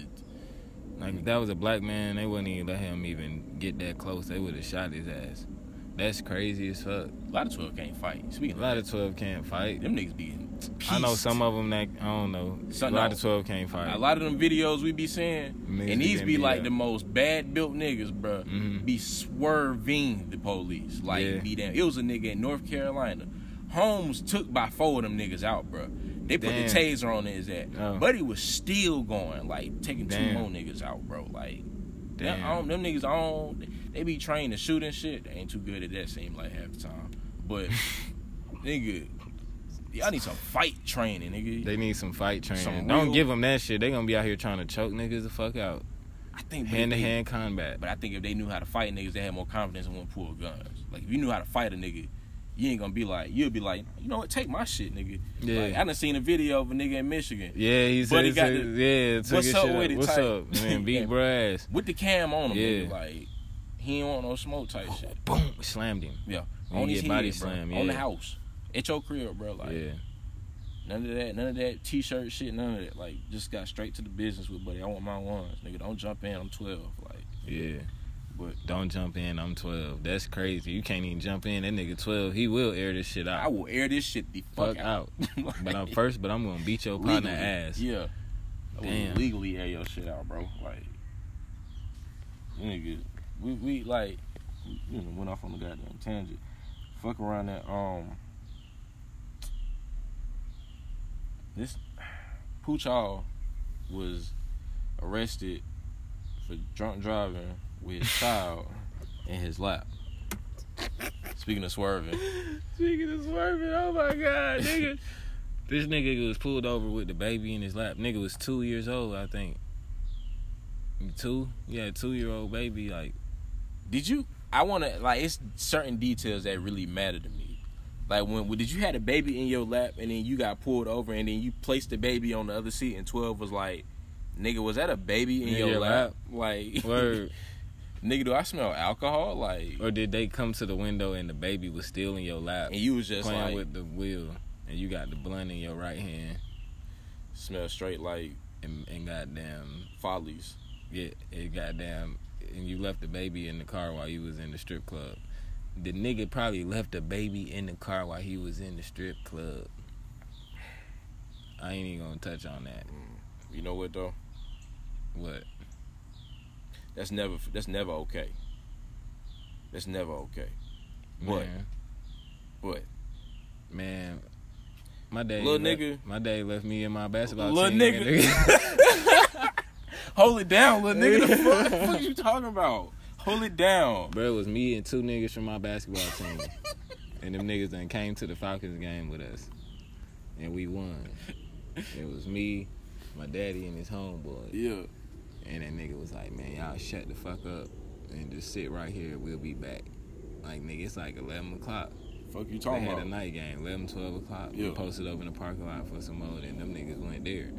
Speaker 1: Like if that was a black man, they wouldn't even let him even get that close. They would have shot his ass. That's crazy as fuck.
Speaker 2: A lot of twelve can't fight.
Speaker 1: A
Speaker 2: Speaking
Speaker 1: lot
Speaker 2: of
Speaker 1: of twelve can't
Speaker 2: that,
Speaker 1: fight.
Speaker 2: them niggas be getting
Speaker 1: I know
Speaker 2: pieced.
Speaker 1: some of them that I don't know.
Speaker 2: Some-
Speaker 1: a lot
Speaker 2: no.
Speaker 1: of twelve can't fight.
Speaker 2: A lot of them videos we be seeing,
Speaker 1: Niggas
Speaker 2: and
Speaker 1: be
Speaker 2: these
Speaker 1: getting
Speaker 2: be
Speaker 1: beat
Speaker 2: like
Speaker 1: up.
Speaker 2: the most bad built niggas, bruh.
Speaker 1: Mhm.
Speaker 2: Be swerving the police, like
Speaker 1: Yeah.
Speaker 2: be damn. It was a nigga in North Carolina. Holmes took by four of them niggas out, bruh. They put
Speaker 1: Damn.
Speaker 2: the taser on his ass,
Speaker 1: Oh.
Speaker 2: but he was still going, like taking
Speaker 1: Damn.
Speaker 2: two more niggas out, bro. Like them, I
Speaker 1: Damn.
Speaker 2: don't, them niggas, I don't. They be trained to shoot and shit. They ain't too good at that. Seem like half the time, but nigga, y'all need some fight training, nigga.
Speaker 1: They need some fight training.
Speaker 2: Some
Speaker 1: don't
Speaker 2: real-
Speaker 1: give them that shit. They gonna be out here trying to choke niggas the fuck out.
Speaker 2: I think
Speaker 1: Hand to
Speaker 2: they-
Speaker 1: hand combat.
Speaker 2: But I think if they knew how to fight niggas, they had more confidence and wouldn't pull guns. Like if you knew how to fight a nigga, you ain't gonna be like you'll be like, you know what, take my shit, nigga.
Speaker 1: Yeah.
Speaker 2: Like, I done seen a video of a nigga in Michigan
Speaker 1: Yeah, he said.
Speaker 2: Buddy got
Speaker 1: said-
Speaker 2: the-
Speaker 1: yeah, took
Speaker 2: what's
Speaker 1: his
Speaker 2: up
Speaker 1: shit
Speaker 2: with it
Speaker 1: What's
Speaker 2: type.
Speaker 1: up, man? Beat
Speaker 2: Yeah.
Speaker 1: bruh ass.
Speaker 2: with the cam on him, nigga.
Speaker 1: Yeah.
Speaker 2: Like he ain't want no smoke type shit.
Speaker 1: Boom, slammed him.
Speaker 2: Yeah.
Speaker 1: You
Speaker 2: on
Speaker 1: get
Speaker 2: his head,
Speaker 1: body
Speaker 2: bro.
Speaker 1: slam,
Speaker 2: On
Speaker 1: yeah.
Speaker 2: the house. At your crib, bro. Like
Speaker 1: yeah,
Speaker 2: none of that, none of that t shirt shit, none of that. Like just got straight to the business with buddy. I want my ones. Nigga, don't jump in, I'm twelve. Like
Speaker 1: yeah.
Speaker 2: but
Speaker 1: Don't jump in. I'm 12. That's crazy. You can't even jump in. That nigga 12. He will air this shit out.
Speaker 2: I will air this shit the fuck,
Speaker 1: fuck out.
Speaker 2: Like-
Speaker 1: But I'm first. But I'm gonna beat your partner ass.
Speaker 2: Yeah. I would
Speaker 1: Damn.
Speaker 2: legally air your shit out, bro. Like, you nigga, we we like, we, you know, went off on the goddamn tangent. Fuck around that um. This Puchal was arrested for drunk driving with his child in his lap. Speaking of swerving,
Speaker 1: Speaking of swerving, oh my god, nigga. this nigga was pulled over with the baby in his lap. Nigga was two years old, I think. Two? Yeah, two year old baby. Like,
Speaker 2: Did you? I want to like it's certain details that really matter to me. Like when did you had a baby in your lap and then you got pulled over and then you placed the baby on the other seat and twelve was like, nigga, was that a baby in, your, lap? Like,
Speaker 1: word.
Speaker 2: nigga, do I smell alcohol? Like,
Speaker 1: or did they come to the window and the baby was still in your lap,
Speaker 2: and you was just
Speaker 1: playing
Speaker 2: like
Speaker 1: with the wheel, and you got the blunt in your right hand,
Speaker 2: smell straight like
Speaker 1: and, and goddamn,
Speaker 2: follies.
Speaker 1: get it goddamn, and you left the baby in the car while you was in the strip club. The nigga probably left the baby in the car while he was in the strip club. I ain't even gonna touch on that.
Speaker 2: You know what though?
Speaker 1: What?
Speaker 2: That's never that's never okay. That's never okay. What?
Speaker 1: Man,
Speaker 2: But
Speaker 1: man my day,
Speaker 2: Little
Speaker 1: left-
Speaker 2: nigga.
Speaker 1: my day left me in my basketball
Speaker 2: Little
Speaker 1: team.
Speaker 2: nigga. hold it down, little nigga. The fuck, the fuck you talking about? Hold it down.
Speaker 1: Bro, it was me and two niggas from my basketball team. and them niggas then came to the Falcons game with us. And we won. It was me, my daddy, and his homeboy.
Speaker 2: Yeah.
Speaker 1: And that nigga was like, man, y'all shut the fuck up and just sit right here. We'll be back. Like, nigga, it's like 11 o'clock.
Speaker 2: Fuck
Speaker 1: They
Speaker 2: you talking
Speaker 1: had a
Speaker 2: about?
Speaker 1: night game, 11, 12 o'clock. We
Speaker 2: Yeah.
Speaker 1: posted up in the parking lot for some more, and them niggas went there.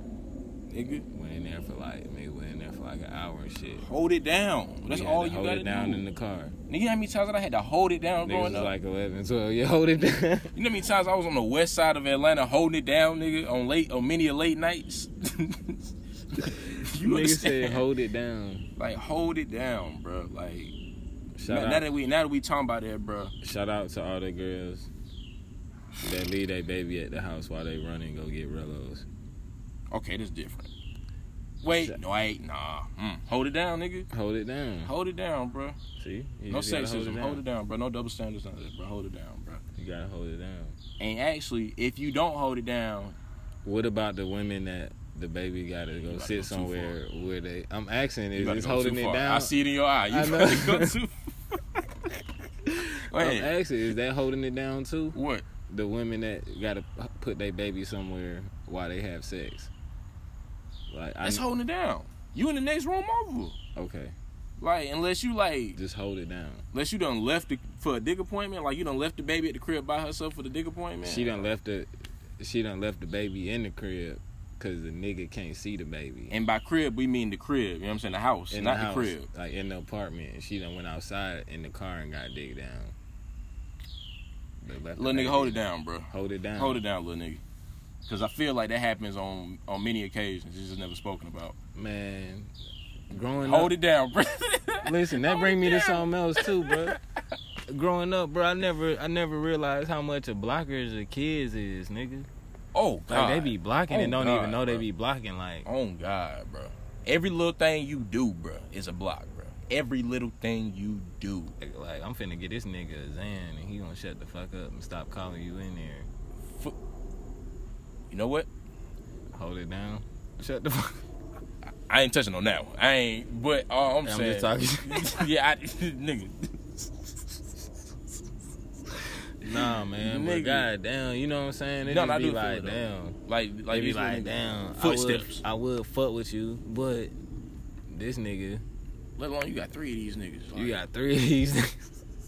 Speaker 2: Nigga,
Speaker 1: Went in there for like, nigga went in there for like an hour and shit.
Speaker 2: hold it down. That's
Speaker 1: We had
Speaker 2: all
Speaker 1: to
Speaker 2: you
Speaker 1: hold
Speaker 2: gotta
Speaker 1: it down
Speaker 2: do.
Speaker 1: in the car.
Speaker 2: Nigga, you know how many times that I had to hold it down
Speaker 1: Niggas was
Speaker 2: growing up?
Speaker 1: like 11, 12. Yeah, hold it down.
Speaker 2: you know how many times I was on the west side of Atlanta holding it down, nigga, on late on many a late nights. you
Speaker 1: nigga
Speaker 2: understand?
Speaker 1: said hold it down.
Speaker 2: like hold it down, bro. Like now,
Speaker 1: Shout
Speaker 2: now
Speaker 1: out,
Speaker 2: that we now that we talking about that, bro.
Speaker 1: shout out to all the girls that leave their baby at the house while they run and go get Rellos.
Speaker 2: Okay, that's different. Wait, no, I ain't. Nah. Mm. Hold it down, nigga.
Speaker 1: Hold it down.
Speaker 2: Hold it down, bro.
Speaker 1: See? You
Speaker 2: No
Speaker 1: just gotta
Speaker 2: sexism. Hold it,
Speaker 1: down.
Speaker 2: down, bro. No double standards, none of that, bro. Hold it down, bro.
Speaker 1: You gotta hold it down.
Speaker 2: And actually, if you don't hold it down,
Speaker 1: What about the women that the baby gotta go
Speaker 2: gotta go too
Speaker 1: sit somewhere where they? I'm asking
Speaker 2: you
Speaker 1: is
Speaker 2: about
Speaker 1: it's
Speaker 2: to go
Speaker 1: holding
Speaker 2: too
Speaker 1: it
Speaker 2: far.
Speaker 1: down.
Speaker 2: I see it in your eye. You
Speaker 1: I
Speaker 2: about to
Speaker 1: know.
Speaker 2: go too far.
Speaker 1: I'm
Speaker 2: Wait,
Speaker 1: asking is that holding it down too?
Speaker 2: what?
Speaker 1: The women that gotta p- put their baby somewhere while they have sex. Like I
Speaker 2: That's holding it down. You in the next room over.
Speaker 1: okay,
Speaker 2: Like, unless you like,
Speaker 1: just hold it down.
Speaker 2: unless you done left the, for a dick appointment, like you done left the baby at the crib by herself for the dick appointment.
Speaker 1: She done left the, she done left the baby in the crib because the nigga can't see the baby.
Speaker 2: And by crib, we mean the crib. You know what I'm saying? The house,
Speaker 1: in
Speaker 2: not
Speaker 1: the,
Speaker 2: the,
Speaker 1: house,
Speaker 2: crib.
Speaker 1: like in the apartment. And she done went outside in the car and got digged down. They left the
Speaker 2: Little
Speaker 1: baby.
Speaker 2: nigga, hold it down, bro.
Speaker 1: Hold it down.
Speaker 2: Hold it down, little nigga. Because I feel like that happens on on many occasions. It's just never spoken about.
Speaker 1: man. Growing up,
Speaker 2: Hold it down, bro.
Speaker 1: listen, that
Speaker 2: Hold
Speaker 1: bring
Speaker 2: it
Speaker 1: me to
Speaker 2: down.
Speaker 1: something else too, bro. Growing up, bro, I never, I never realized how much of blockers the kids is, nigga.
Speaker 2: Oh
Speaker 1: Like
Speaker 2: God.
Speaker 1: they be blocking and
Speaker 2: Oh,
Speaker 1: don't
Speaker 2: God,
Speaker 1: even know they
Speaker 2: bro.
Speaker 1: be blocking. Like
Speaker 2: Oh God, bro. Every little thing you do, bro, is a block, bro. Every little thing you do.
Speaker 1: Like, like, I'm finna get this nigga a Zan and he gonna shut the fuck up and stop calling you in there.
Speaker 2: You know what?
Speaker 1: Hold it down. Shut the fuck.
Speaker 2: I ain't touching on that one. I ain't. But all I'm,
Speaker 1: I'm
Speaker 2: saying,
Speaker 1: just talking.
Speaker 2: yeah, I, nigga.
Speaker 1: Nah, man. But
Speaker 2: Nigga.
Speaker 1: goddamn, you know what I'm saying? It
Speaker 2: No,
Speaker 1: just
Speaker 2: no, I
Speaker 1: be
Speaker 2: do feel
Speaker 1: like,
Speaker 2: it, though.
Speaker 1: damn.
Speaker 2: Like, like
Speaker 1: They be
Speaker 2: these little
Speaker 1: like,
Speaker 2: niggas.
Speaker 1: damn.
Speaker 2: Footsteps.
Speaker 1: I would, I would fuck with you, but this nigga,
Speaker 2: Let alone you got three of these niggas. Like,
Speaker 1: you got three of these.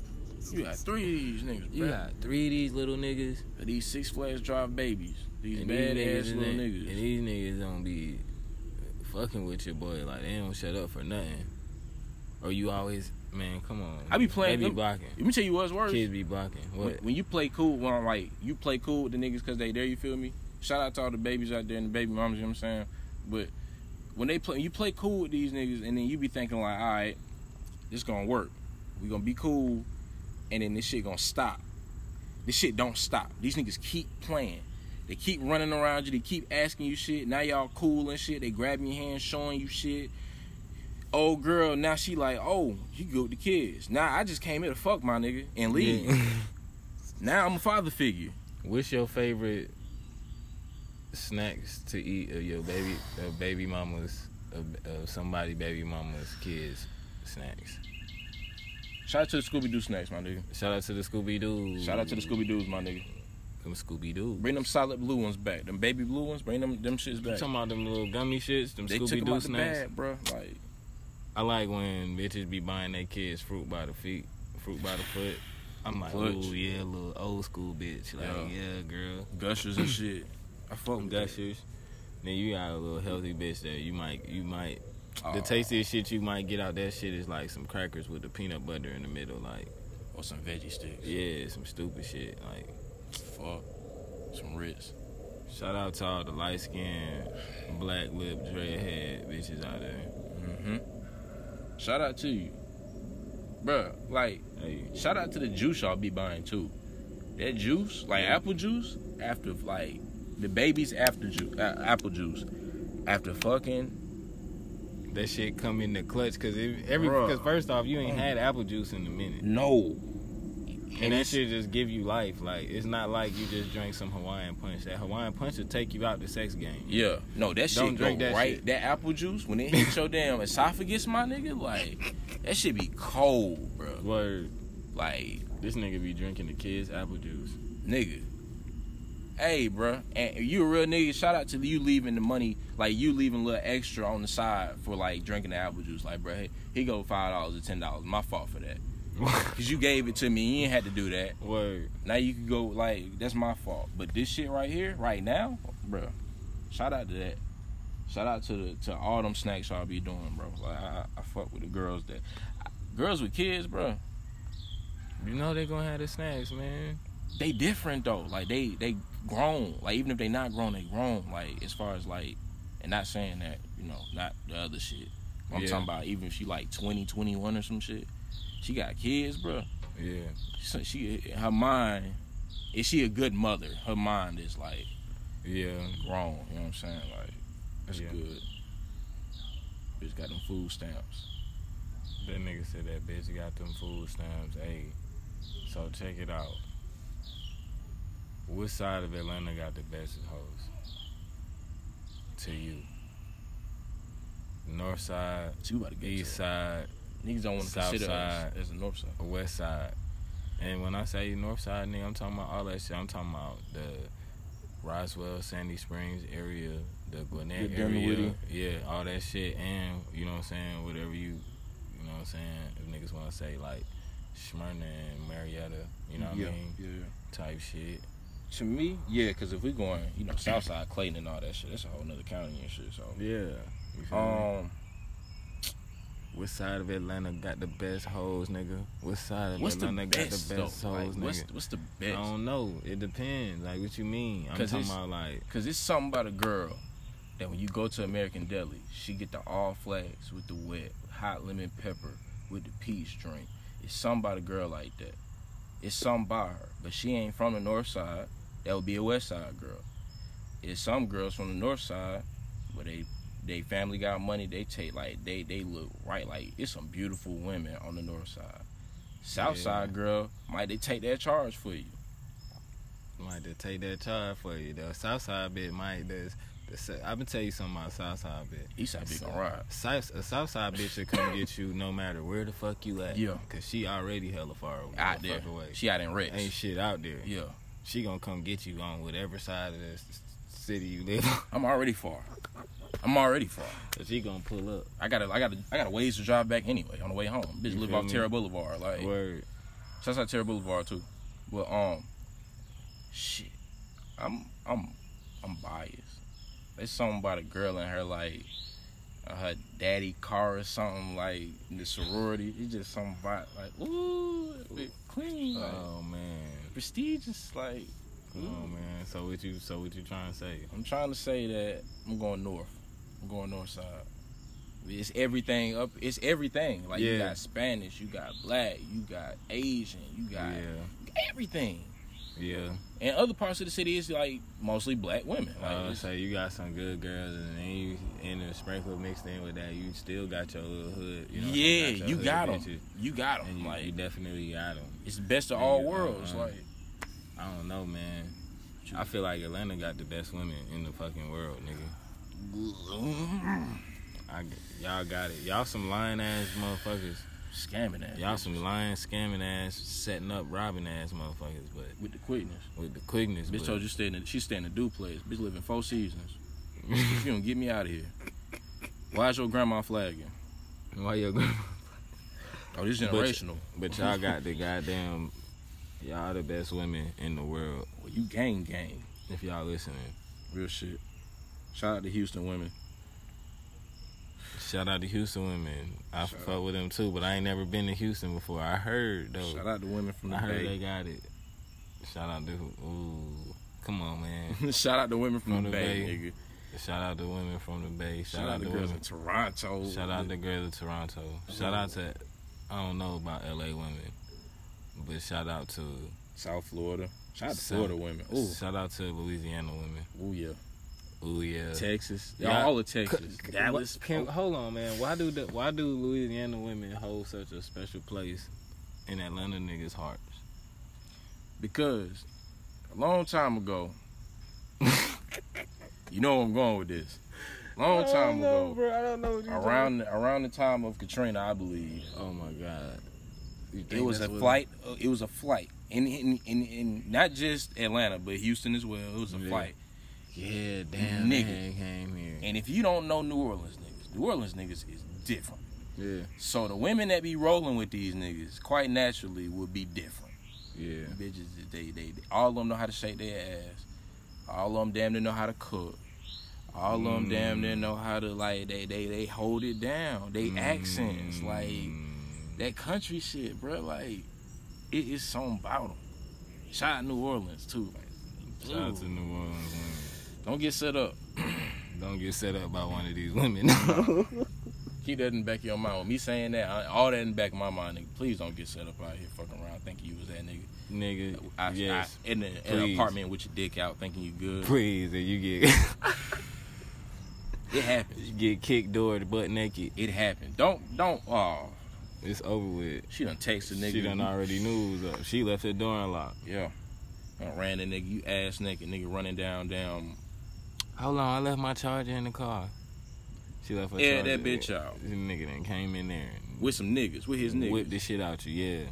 Speaker 2: you got three of these niggas,
Speaker 1: you
Speaker 2: bro.
Speaker 1: got three of these little niggas.
Speaker 2: These Six Flags Drive babies. These
Speaker 1: and
Speaker 2: bad
Speaker 1: these
Speaker 2: ass
Speaker 1: in
Speaker 2: little
Speaker 1: there-
Speaker 2: niggas.
Speaker 1: And these niggas don't be fucking with your boy. Like, they don't shut up for nothing. Or you always, man, come on.
Speaker 2: I be playing
Speaker 1: They be
Speaker 2: them-
Speaker 1: blocking.
Speaker 2: Let me tell you what's worse.
Speaker 1: Kids be blocking.
Speaker 2: when,
Speaker 1: What?
Speaker 2: when you play cool, when I'm like, you play cool with the niggas because they there, you feel me? Shout out to all the babies out there and the baby moms, you know what I'm saying? But when they play, you play cool with these niggas, and then you be thinking, like, all right, this gonna work. we gonna be cool, and then this shit gonna stop. This shit don't stop. These niggas keep playing. They keep running around you. They keep asking you shit. Now y'all cool and shit. They grabbing your hand, showing you shit. Old girl, now she like, oh, you good with the kids. Now I just came here to fuck my nigga and leave.
Speaker 1: Yeah.
Speaker 2: Now I'm a father figure.
Speaker 1: What's your favorite snacks to eat of your baby, of baby mama's, of, of somebody baby mama's kids snacks?
Speaker 2: Shout out to the Scooby Doo snacks, my nigga.
Speaker 1: Shout out to the Scooby Doo.
Speaker 2: Shout out to the Scooby Doos, my nigga.
Speaker 1: Them Scooby Doo.
Speaker 2: Bring them solid blue ones back. Them baby blue ones. Bring them them shits back.
Speaker 1: Talking about them little gummy shits, them
Speaker 2: They took
Speaker 1: Scooby
Speaker 2: them
Speaker 1: Doo
Speaker 2: out the
Speaker 1: snacks.
Speaker 2: bag, bro. Like
Speaker 1: I like when bitches be buying their kids fruit by the feet, fruit by the foot. I'm like,
Speaker 2: Clutch.
Speaker 1: oh yeah, little old school bitch. Like,
Speaker 2: Yeah.
Speaker 1: yeah, girl.
Speaker 2: gushers and shit. I fuck
Speaker 1: From
Speaker 2: with that shit.
Speaker 1: Gushers. Then you got a little healthy bitch that you might, you might
Speaker 2: Aw,
Speaker 1: The tastiest shit you might get out that shit is like some crackers with the peanut butter in the middle, like
Speaker 2: or some veggie sticks.
Speaker 1: yeah, some stupid shit. Like
Speaker 2: Fuck. Some Ritz.
Speaker 1: shout out to all the light skinned black lip, dreadhead bitches out there.
Speaker 2: Mm-hmm. Shout out to you, bro. Like
Speaker 1: Hey,
Speaker 2: shout out to the juice y'all be buying too. That juice, like apple juice, after like the baby's after juice, uh, apple juice, after fucking
Speaker 1: that shit come in the clutch because every
Speaker 2: Bruh.
Speaker 1: because first off you ain't had apple juice in a minute,
Speaker 2: No.
Speaker 1: and that shit just give you life. Like it's not like you just drink some Hawaiian punch. That Hawaiian punch will take you out the sex game.
Speaker 2: Yeah. No, that
Speaker 1: Don't
Speaker 2: shit
Speaker 1: drink
Speaker 2: go
Speaker 1: that
Speaker 2: right.
Speaker 1: shit.
Speaker 2: That apple juice when it hits your damn esophagus, my nigga, like that shit be cold, bro.
Speaker 1: Word,
Speaker 2: Like,
Speaker 1: this nigga be drinking the kids apple juice.
Speaker 2: nigga. Hey, bro, and if you a real nigga. Shout out to you leaving the money, like you leaving a little extra on the side for like drinking the apple juice. Like, bro, hey, he go five dollars or ten dollars. My fault for that, cause you gave it to me. You ain't had to do that.
Speaker 1: Word.
Speaker 2: Now you can go like that's my fault. But this shit right here, right now, bro. Shout out to that. Shout out to the to all them snacks y'all be doing, bro. Like I, I- I fuck with the girls that girls with kids, bro.
Speaker 1: You know they gonna have the snacks, man.
Speaker 2: They different though. Like they they grown. Like even if they not grown, they grown. Like as far as like, and not saying that you know not the other shit. I'm
Speaker 1: Yeah.
Speaker 2: talking about even if she like 20, 21 or some shit. She got kids, bro.
Speaker 1: Yeah.
Speaker 2: So she her mind. Is she a good mother? Her mind is like.
Speaker 1: Yeah.
Speaker 2: wrong. You know what I'm saying? Like, that's
Speaker 1: Yeah.
Speaker 2: good. Bitch got them food stamps.
Speaker 1: That nigga said that bitch got them food stamps. Hey, so check it out. What side of Atlanta got the best hoes? To you. North side,
Speaker 2: So you about to get
Speaker 1: east
Speaker 2: East
Speaker 1: side,
Speaker 2: Niggas don't want to
Speaker 1: South
Speaker 2: consider us
Speaker 1: side.
Speaker 2: as a north side.
Speaker 1: or west side. And when I say north side, nigga, I'm talking about all that shit. I'm talking about the Roswell, Sandy Springs area, the Gwinnett
Speaker 2: The
Speaker 1: area.
Speaker 2: Dunwoody.
Speaker 1: Yeah, all that shit. And, you know what I'm saying, whatever you, you know what I'm saying, if niggas want to say like Smyrna and Marietta, you know what
Speaker 2: yeah,
Speaker 1: I mean,
Speaker 2: yeah.
Speaker 1: type shit.
Speaker 2: To me, yeah, because if we going, you know, south side Clayton and all that shit, that's a whole nother county and shit. So,
Speaker 1: Yeah. You feel me?
Speaker 2: um,
Speaker 1: What side of Atlanta got the best hoes, nigga? What side of
Speaker 2: what's the
Speaker 1: Atlanta
Speaker 2: best,
Speaker 1: got the best
Speaker 2: though? Like,
Speaker 1: hoes,
Speaker 2: what's,
Speaker 1: nigga?
Speaker 2: what's the
Speaker 1: I
Speaker 2: best?
Speaker 1: don't know. It depends. Like what you mean? I'm
Speaker 2: 'Cause
Speaker 1: talking
Speaker 2: it's-
Speaker 1: about like
Speaker 2: Cause it's something about a girl that when you go to American Deli, she get the all flags with the wet hot lemon pepper with the peach drink. It's something about a girl like that. It's something by her, but she ain't from the north side. That would be a west side girl. It's some girls from the north side, but they they family got money. They take like they they look right like it's some beautiful women on the north side. South
Speaker 1: Yeah.
Speaker 2: side girl might they take that charge for you.
Speaker 1: might just take that charge for you. The Southside bit might this. I'm gonna tell you something about Southside bit.
Speaker 2: East side big gonna ride.
Speaker 1: South, a Southside bitch will come get you no matter where the fuck you at.
Speaker 2: Yeah.
Speaker 1: Cause she already hella far away.
Speaker 2: Out
Speaker 1: the
Speaker 2: there,
Speaker 1: fuck Away.
Speaker 2: she out in Rex.
Speaker 1: ain't shit out there.
Speaker 2: Yeah,
Speaker 1: She gonna come get you on whatever side of this city you live on.
Speaker 2: I'm already far. I'm already far.
Speaker 1: she gonna pull up.
Speaker 2: I gotta, I gotta, I gotta ways to drive back anyway on the way home. Bitch,
Speaker 1: You
Speaker 2: live
Speaker 1: feel
Speaker 2: off
Speaker 1: me?
Speaker 2: Terra Boulevard. Like,
Speaker 1: Word.
Speaker 2: shouts out Terra Boulevard too. But um, shit, I'm, I'm, I'm biased. There's something about a girl and her like, uh, her daddy car or something like the sorority. It's just some vibe like, ooh, it clean, like,
Speaker 1: Oh man.
Speaker 2: prestigious. Like,
Speaker 1: Oh man. So what you? So what you trying to say?
Speaker 2: I'm trying to say that I'm going north. I'm going north side. It's everything up. It's everything. Like you
Speaker 1: Yeah.
Speaker 2: got Spanish, you got black, you got Asian, you got everything.
Speaker 1: Yeah. Yeah.
Speaker 2: And other parts of the city is like mostly black women. Like
Speaker 1: Uh,
Speaker 2: it's-
Speaker 1: so you got some good girls, and then you and the sprinkle mixed in with that, you still got your little hood. You know what I'm
Speaker 2: yeah,
Speaker 1: saying?
Speaker 2: you got
Speaker 1: your
Speaker 2: them.
Speaker 1: hood bitches,
Speaker 2: You got
Speaker 1: And
Speaker 2: them.
Speaker 1: you,
Speaker 2: Like
Speaker 1: you definitely got them.
Speaker 2: it's the best of
Speaker 1: and
Speaker 2: all
Speaker 1: you-
Speaker 2: worlds.
Speaker 1: uh-uh.
Speaker 2: like
Speaker 1: I don't know, man. I feel like Atlanta got the best women in the fucking world, nigga. I g y'all got it. Y'all some lying ass motherfuckers.
Speaker 2: scamming that
Speaker 1: Y'all some lying, scamming ass, setting up, robbing ass motherfuckers. But
Speaker 2: with the quickness.
Speaker 1: with the quickness,
Speaker 2: Bitch
Speaker 1: but-
Speaker 2: told you stay in the, she stay in the duplex. Bitch live in four seasons. If you don't get me out of here. Why is your grandma flagging?
Speaker 1: why your grandma
Speaker 2: Oh, this
Speaker 1: But-
Speaker 2: generational.
Speaker 1: But y'all got the goddamn, y'all the best women in the world.
Speaker 2: Well, you gang gang.
Speaker 1: If y'all listening,
Speaker 2: Real shit. Shout out to Houston women.
Speaker 1: shout out to Houston women. I
Speaker 2: Shout
Speaker 1: fuck with them too, but I ain't never been to Houston before. I heard though.
Speaker 2: Shout out to women from the
Speaker 1: I heard they
Speaker 2: Bay.
Speaker 1: got it. Shout out to ooh, come on man.
Speaker 2: Shout out to women from,
Speaker 1: From
Speaker 2: the,
Speaker 1: the
Speaker 2: Bay,
Speaker 1: Bay.
Speaker 2: nigga.
Speaker 1: shout out to women from the Bay.
Speaker 2: Shout, out to girls
Speaker 1: women.
Speaker 2: in Toronto.
Speaker 1: Shout out to girls of Toronto. Shout out to I don't know about LA women, but shout out to
Speaker 2: South Florida. Shout out to
Speaker 1: South-
Speaker 2: Florida women. Ooh,
Speaker 1: shout out to Louisiana women.
Speaker 2: ooh yeah.
Speaker 1: Ooh yeah.
Speaker 2: Texas.
Speaker 1: Yeah.
Speaker 2: All of Texas. Dallas. Oh,
Speaker 1: Wha- Can, hold on, man. Why do the, why do Louisiana women hold such a special place in Atlanta niggas' hearts?
Speaker 2: Because a long time ago, you know where I'm going with this. Long time ago,
Speaker 1: bro. I don't know. What
Speaker 2: around around the time of Katrina, I believe,
Speaker 1: Oh my god. You
Speaker 2: It
Speaker 1: think
Speaker 2: was a
Speaker 1: that's what-
Speaker 2: flight. uh, It was a flight, and in, in, in not just Atlanta, but Houston as well. It was a
Speaker 1: Yeah.
Speaker 2: flight.
Speaker 1: Yeah, damn.
Speaker 2: Nigga.
Speaker 1: Nigga came here.
Speaker 2: And if you don't know New Orleans niggas, New Orleans niggas is different.
Speaker 1: Yeah,
Speaker 2: So the women that be rolling with these niggas, quite naturally, would be different.
Speaker 1: yeah.
Speaker 2: Bitches, they, they, they all of them know how to shake their ass. All of them damn near know how to cook. All of them damn
Speaker 1: Mm.
Speaker 2: near know how to like they they they hold it down. They
Speaker 1: Mm.
Speaker 2: accents like.
Speaker 1: Mm-hmm.
Speaker 2: that country shit, bro. Like, it is something about them. Shout out New Orleans too. Like,
Speaker 1: Shout out to
Speaker 2: ooh,
Speaker 1: New Orleans women.
Speaker 2: don't get set up.
Speaker 1: Don't get set up by one of these women.
Speaker 2: Keep that in the back of your mind. With me saying that, I, all that in the back of my mind, nigga. Please don't get set up out here fucking around thinking you was that nigga.
Speaker 1: Nigga,
Speaker 2: I,
Speaker 1: yes.
Speaker 2: I, in, the, in an
Speaker 1: Please.
Speaker 2: apartment with your dick out, thinking you good.
Speaker 1: please, if you get.
Speaker 2: It happened.
Speaker 1: You get kicked door to butt naked.
Speaker 2: It happened. Don't don't. Oh,
Speaker 1: It's over with.
Speaker 2: she done text a nigga.
Speaker 1: She done already knew it was up. She left her door unlocked.
Speaker 2: Yeah. I ran the nigga, you ass naked nigga running down down.
Speaker 1: Hold on, I left my charger in the car. She left her
Speaker 2: Yeah,
Speaker 1: charger.
Speaker 2: that bitch out.
Speaker 1: This nigga then came in there and
Speaker 2: With some niggas, with his niggas.
Speaker 1: whipped the shit out you. Yeah,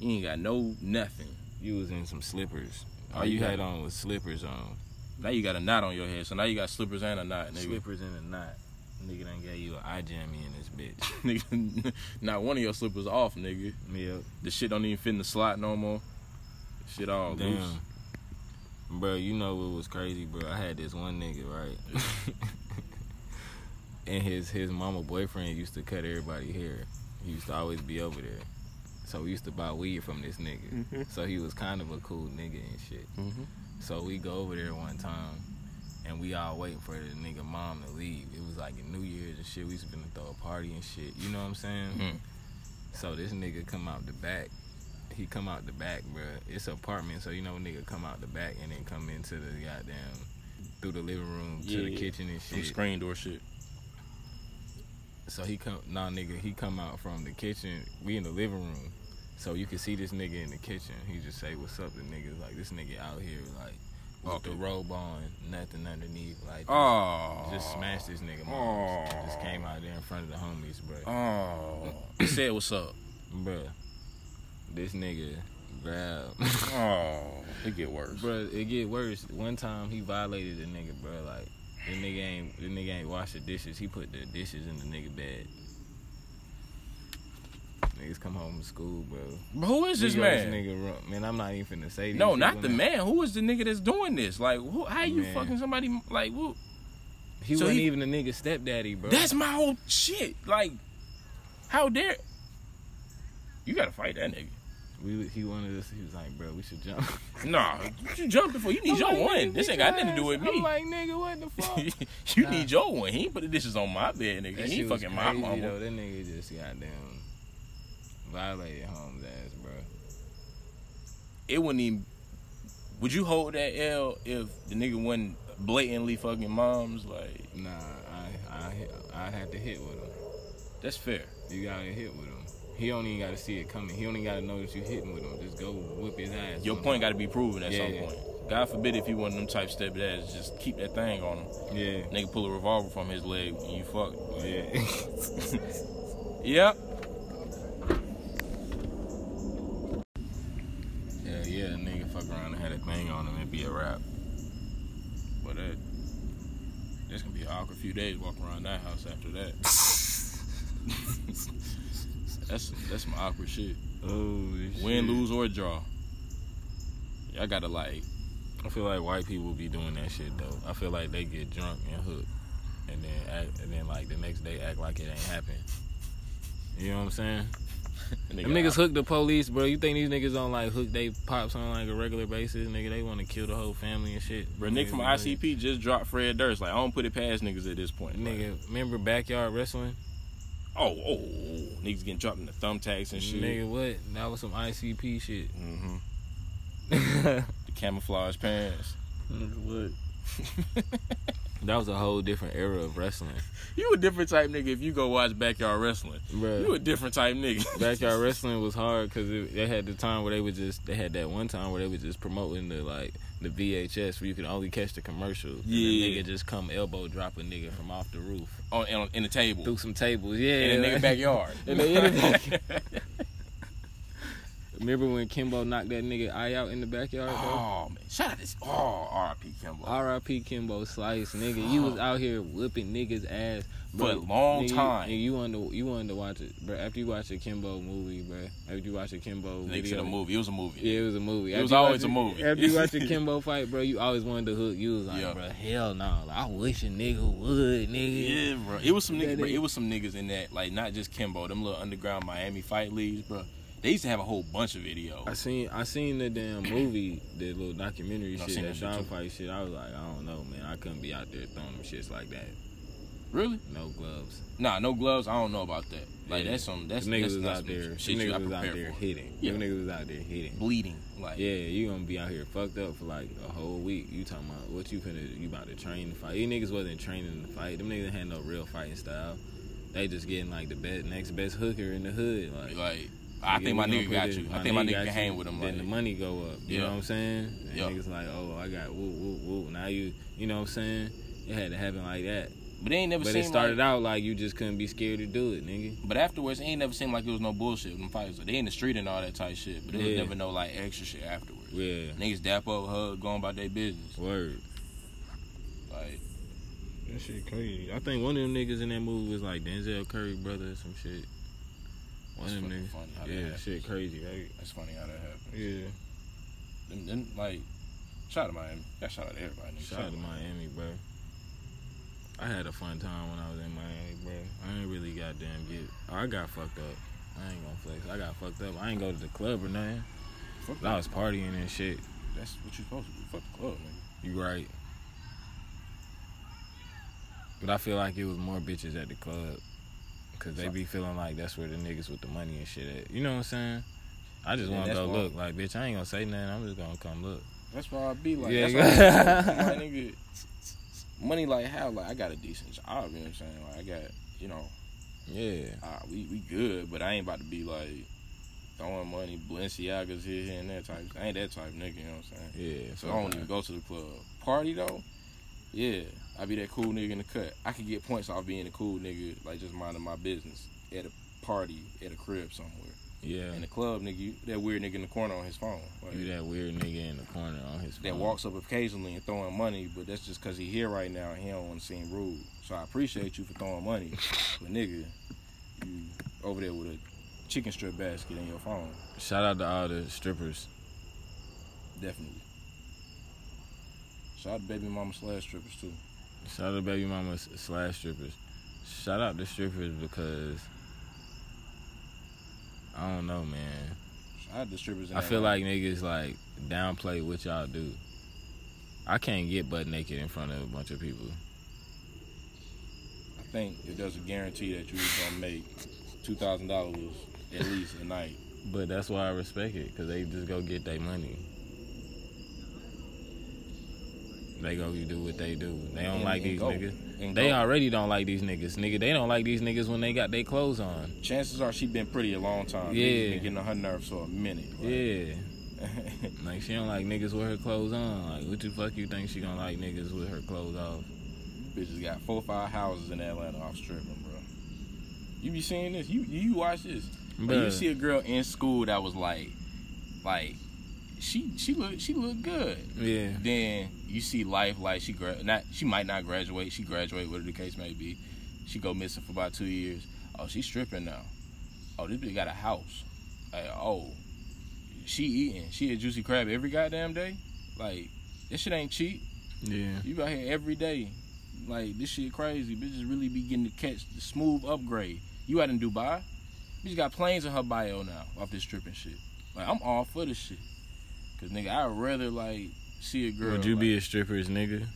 Speaker 2: You ain't got no nothing.
Speaker 1: you was in some slippers.
Speaker 2: Oh,
Speaker 1: All you had on was slippers on.
Speaker 2: Now you got a knot on your head, so now you got slippers and a knot, nigga.
Speaker 1: Slippers in a knot. Nigga done gave you an eye jammy in this bitch.
Speaker 2: Nigga, not one of your slippers off, nigga.
Speaker 1: Yep.
Speaker 2: The shit don't even fit in the slot no more. Shit all loose.
Speaker 1: Damn. Bro, you know what was crazy, bro? I had this one nigga, right? and his his mama boyfriend used to cut everybody hair. He used to always be over there. So we used to buy weed from this nigga. So he was kind of a cool nigga and shit.
Speaker 2: Mhm.
Speaker 1: So we go over there one time and we all waiting for the nigga mom to leave. It was like in New Year's and shit. We was gonna throw a party and shit. You know what I'm saying?
Speaker 2: Mhm.
Speaker 1: So this nigga come out the back. He come out the back, bruh. It's an apartment, so you know nigga come out the back and then come into the goddamn through the living room to the
Speaker 2: Yeah.
Speaker 1: kitchen and
Speaker 2: Some
Speaker 1: shit.
Speaker 2: screen door shit.
Speaker 1: So he come nah nigga, he come out from the kitchen. We in the living room. So you can see this nigga in the kitchen. He just say, What's up the niggas like this nigga out here like with
Speaker 2: Okay.
Speaker 1: the robe on, nothing underneath, like
Speaker 2: Oh.
Speaker 1: just smashed this nigga mom.
Speaker 2: Aw.
Speaker 1: Just came out there in front of the homies, bruh.
Speaker 2: Oh. Said what's up.
Speaker 1: Bruh. This nigga grabbed
Speaker 2: Oh. It get worse.
Speaker 1: Bro, it get worse. One time he violated a nigga, bro. Like the nigga ain't the nigga ain't washed the dishes. He put the dishes in the nigga bed. Niggas come home from school, bro.
Speaker 2: But who is this
Speaker 1: We go to
Speaker 2: man?
Speaker 1: nigga room. Man, I'm not even finna say these
Speaker 2: No,
Speaker 1: people
Speaker 2: not the
Speaker 1: now.
Speaker 2: man. Who is the nigga that's doing this? Like, who, how you
Speaker 1: Man.
Speaker 2: fucking somebody? Like, who?
Speaker 1: He
Speaker 2: So
Speaker 1: wasn't
Speaker 2: he-
Speaker 1: even a nigga stepdaddy, bro.
Speaker 2: That's my whole shit. Like, how dare? You gotta fight that nigga.
Speaker 1: we, he wanted us. He was like, bro, we should jump.
Speaker 2: Nah, you jumped before. You need your one. This ain't got nothing to do with me.
Speaker 1: I'm like, nigga, what the fuck?
Speaker 2: you
Speaker 1: Nah.
Speaker 2: need your one. He ain't put the dishes on my bed, nigga.
Speaker 1: That
Speaker 2: he
Speaker 1: shit
Speaker 2: ain't
Speaker 1: was
Speaker 2: fucking my
Speaker 1: crazy,
Speaker 2: mama.
Speaker 1: Though. That nigga just goddamn violated Holmes' ass, bro.
Speaker 2: It wouldn't even. Would you hold that L if the nigga wasn't blatantly fucking moms? Like,
Speaker 1: Nah, I I I had to hit with him.
Speaker 2: that's fair.
Speaker 1: You gotta hit with him. He don't even gotta see it coming. He don't even gotta know that you hitting with him. Just go whip his ass.
Speaker 2: Your
Speaker 1: on
Speaker 2: point
Speaker 1: him.
Speaker 2: got to be proven at some
Speaker 1: Yeah.
Speaker 2: point. God forbid if you one of them type stepdads, just keep that thing on him.
Speaker 1: Yeah.
Speaker 2: Nigga pull a revolver from his leg and you fuck.
Speaker 1: Yeah.
Speaker 2: Yep.
Speaker 1: yeah, yeah, nigga fuck around and had a thing on him and be a rap.
Speaker 2: But that, that's gonna be an awkward few days walking around that house after that. that's that's my awkward shit.
Speaker 1: Oh shit.
Speaker 2: Win, lose or draw. Y'all gotta like,
Speaker 1: I feel like white people be doing that shit though. I feel like they get drunk and hooked and then act, and then like the next day act like it ain't happened. You know what I'm saying? Them niggas hook the police, bro. You think these niggas don't like hook they pops on like a regular basis, nigga? They want to kill the whole family and shit.
Speaker 2: Bro, Nick from
Speaker 1: Niggas,
Speaker 2: ICP just dropped Fred Durst. Like I don't put it past niggas at this point. Like,
Speaker 1: Nigga, remember backyard wrestling?
Speaker 2: oh, oh, oh, niggas getting dropped in the thumbtacks and shit.
Speaker 1: Nigga, what? That was some ICP shit.
Speaker 2: hmm The camouflage pants.
Speaker 1: what? That was a whole different era of wrestling,
Speaker 2: you a different type nigga if you go watch backyard wrestling. You
Speaker 1: bro.
Speaker 2: a different type nigga.
Speaker 1: Backyard wrestling was hard because they had the time where they would just they had that one time where they were just promoting the like the VHS where you could only catch the commercial. And the
Speaker 2: Yeah.
Speaker 1: nigga just come elbow drop a nigga from off the roof
Speaker 2: on, on in the table.
Speaker 1: through some tables. Yeah,
Speaker 2: in the nigga
Speaker 1: like-
Speaker 2: backyard.
Speaker 1: In the- in the Remember when Kimbo knocked that nigga eye out in the backyard? Bro?
Speaker 2: oh man, shout out to oh RP Kimbo.
Speaker 1: R.I.P. Kimbo Slice, nigga. You was out here whipping niggas ass
Speaker 2: For a long
Speaker 1: nigga, you-
Speaker 2: time.
Speaker 1: nigga, You wanted to, you wanted to watch it, bro. After you watch a Kimbo movie, bro. After you watch a Kimbo
Speaker 2: Nigga
Speaker 1: video,
Speaker 2: said a movie. It was a movie.
Speaker 1: yeah, it was a movie.
Speaker 2: It
Speaker 1: After
Speaker 2: was
Speaker 1: you
Speaker 2: always
Speaker 1: watch
Speaker 2: a movie.
Speaker 1: After you watch a Kimbo fight, bro, you always wanted to hook. You was like,
Speaker 2: Yeah.
Speaker 1: bro, hell no. Like, I wish a nigga would, nigga.
Speaker 2: Yeah, bro. It was some
Speaker 1: Yeah,
Speaker 2: niggas. Bro,
Speaker 1: they-
Speaker 2: it was some niggas in that like not just Kimbo. Them little underground Miami fight leagues, bro. They used to have a whole bunch of
Speaker 1: I
Speaker 2: videos.
Speaker 1: seen I seen the damn movie, the little documentary
Speaker 2: I
Speaker 1: shit,
Speaker 2: seen
Speaker 1: that
Speaker 2: that shit
Speaker 1: dog
Speaker 2: too.
Speaker 1: fight shit. I was like, I don't know, man. I couldn't be out there throwing them shits like that.
Speaker 2: Really?
Speaker 1: No gloves.
Speaker 2: Nah, no gloves. I don't know about that. Like
Speaker 1: Yeah.
Speaker 2: that's some that's
Speaker 1: Them niggas
Speaker 2: that's
Speaker 1: was
Speaker 2: not
Speaker 1: out
Speaker 2: some
Speaker 1: there.
Speaker 2: shit
Speaker 1: them
Speaker 2: you
Speaker 1: niggas
Speaker 2: got
Speaker 1: was out
Speaker 2: prepared
Speaker 1: there
Speaker 2: for.
Speaker 1: hitting.
Speaker 2: Yeah.
Speaker 1: Them niggas was out there hitting.
Speaker 2: Bleeding. Like
Speaker 1: Yeah, you gonna be out here fucked up for like a whole week. You talking about what you finna? You about to train to fight? These niggas wasn't training to fight. Them niggas had no real fighting style. They just getting like the best, next best hooker in the hood. Like,
Speaker 2: like I
Speaker 1: nigga,
Speaker 2: think my
Speaker 1: we gonna
Speaker 2: nigga
Speaker 1: put
Speaker 2: got
Speaker 1: this-
Speaker 2: you. I think my nigga can
Speaker 1: got
Speaker 2: hang
Speaker 1: you.
Speaker 2: with him.
Speaker 1: Then the
Speaker 2: Like,
Speaker 1: money go up. You
Speaker 2: Yeah.
Speaker 1: know what I'm saying? And
Speaker 2: Yeah.
Speaker 1: niggas like, oh, I got woo woo woo. Now you, you know what I'm saying? It had to happen like that.
Speaker 2: but they ain't never
Speaker 1: But
Speaker 2: seen
Speaker 1: it started out like you just couldn't be scared to do it, nigga.
Speaker 2: But afterwards, it ain't never seemed like it was no bullshit. Them fighters, they in the street and all that type shit. But there was
Speaker 1: Yeah.
Speaker 2: never no like extra shit afterwards.
Speaker 1: Yeah,
Speaker 2: Niggas dap up, hug, going about their business.
Speaker 1: word.
Speaker 2: Like
Speaker 1: That shit crazy. I think one of them niggas in that movie was like Denzel Curry brother or some shit. One
Speaker 2: That's
Speaker 1: of them
Speaker 2: fucking
Speaker 1: niggas.
Speaker 2: funny how that
Speaker 1: yeah,
Speaker 2: happens.
Speaker 1: shit crazy, right?
Speaker 2: that's funny how that happened.
Speaker 1: Yeah.
Speaker 2: Them, them, like shout out to Miami. Yeah, shout out to everybody. Nigga.
Speaker 1: Shout out to Miami, bro. I had a fun time when I was in Miami, bro. I ain't really goddamn get. oh, I got fucked up. I ain't gonna flex. I got fucked up. I ain't go to the club or nothing.
Speaker 2: Fuck
Speaker 1: But I was partying and shit.
Speaker 2: That's what you supposed to do. Fuck the club, nigga.
Speaker 1: You right. But I feel like it was more bitches at the club. Cause they be feeling like that's where the niggas with the money and shit at. You know what I'm saying? I just
Speaker 2: Yeah,
Speaker 1: wanna
Speaker 2: that's
Speaker 1: go
Speaker 2: why-
Speaker 1: look. Like, bitch, I ain't gonna say nothing. I'm just gonna come look.
Speaker 2: That's why I be like,
Speaker 1: Yeah.
Speaker 2: that's why I be like, my nigga. Money like how like I got a decent job. You know what I'm saying? Like I got you know
Speaker 1: Yeah.
Speaker 2: ah, we we good, but I ain't about to be like throwing money, Balenciagas here, here, and that type. I ain't that type of nigga, you know what I'm saying?
Speaker 1: Yeah.
Speaker 2: So I don't even go to the club. Party though, yeah, I be that cool nigga in the cut. I could get points off being a cool nigga, like just minding my business at a party, at a crib somewhere.
Speaker 1: Yeah.
Speaker 2: In the club, nigga, you, that weird nigga in the corner on his phone. Like,
Speaker 1: You that weird nigga in the corner on his
Speaker 2: that
Speaker 1: phone.
Speaker 2: walks up occasionally and throwing money, but that's just because he here right now and he don't want to seem rude. So I appreciate you for throwing money, but nigga, you over there with a chicken strip basket in your phone,
Speaker 1: Shout out to all the strippers.
Speaker 2: definitely. Shout out to baby mama slash strippers too.
Speaker 1: Shout out to baby mama slash strippers. Shout out to strippers because I don't know, man.
Speaker 2: Shout out to strippers. In
Speaker 1: I
Speaker 2: that
Speaker 1: feel
Speaker 2: line.
Speaker 1: like niggas like downplay what y'all do. I can't get butt naked in front of a bunch of people.
Speaker 2: I think if there's a guarantee that you was gonna make two thousand dollars at least a night,
Speaker 1: But that's why I respect it, cause they just go get their money. They go do what they do. They don't
Speaker 2: And-
Speaker 1: like
Speaker 2: and
Speaker 1: these
Speaker 2: go.
Speaker 1: niggas.
Speaker 2: And
Speaker 1: They
Speaker 2: go.
Speaker 1: already don't like these niggas, nigga. They don't like these niggas when they got their clothes on.
Speaker 2: chances are she been pretty a long time.
Speaker 1: Yeah.
Speaker 2: Niggas been getting on her nerves for a minute.
Speaker 1: Yeah.
Speaker 2: Yeah.
Speaker 1: Like she don't like niggas with her clothes on. Like what the fuck you think she gonna like niggas with her clothes off?
Speaker 2: Bitches got four, five houses in Atlanta off stripping, bro. You be seeing this? You you watch this? But you
Speaker 1: Bruh.
Speaker 2: see a girl in school that was like, like, she she look she look good.
Speaker 1: Yeah.
Speaker 2: Then you see life like she gra- not she might not graduate. She graduate, whatever the case may be. She go missing for about two years. Oh, she's stripping now. Oh, this bitch got a house. Like, oh, she eating. She a juicy crab every goddamn day. Like, this shit ain't cheap.
Speaker 1: Yeah.
Speaker 2: You out here every day. Like this shit crazy. Bitches really be getting to catch the smooth upgrade. You out in Dubai? Bitch got planes in her bio now off this tripping shit. Like I'm all for this shit. Cause nigga, I'd rather like see a girl.
Speaker 1: Would you
Speaker 2: like,
Speaker 1: be a stripper's nigga?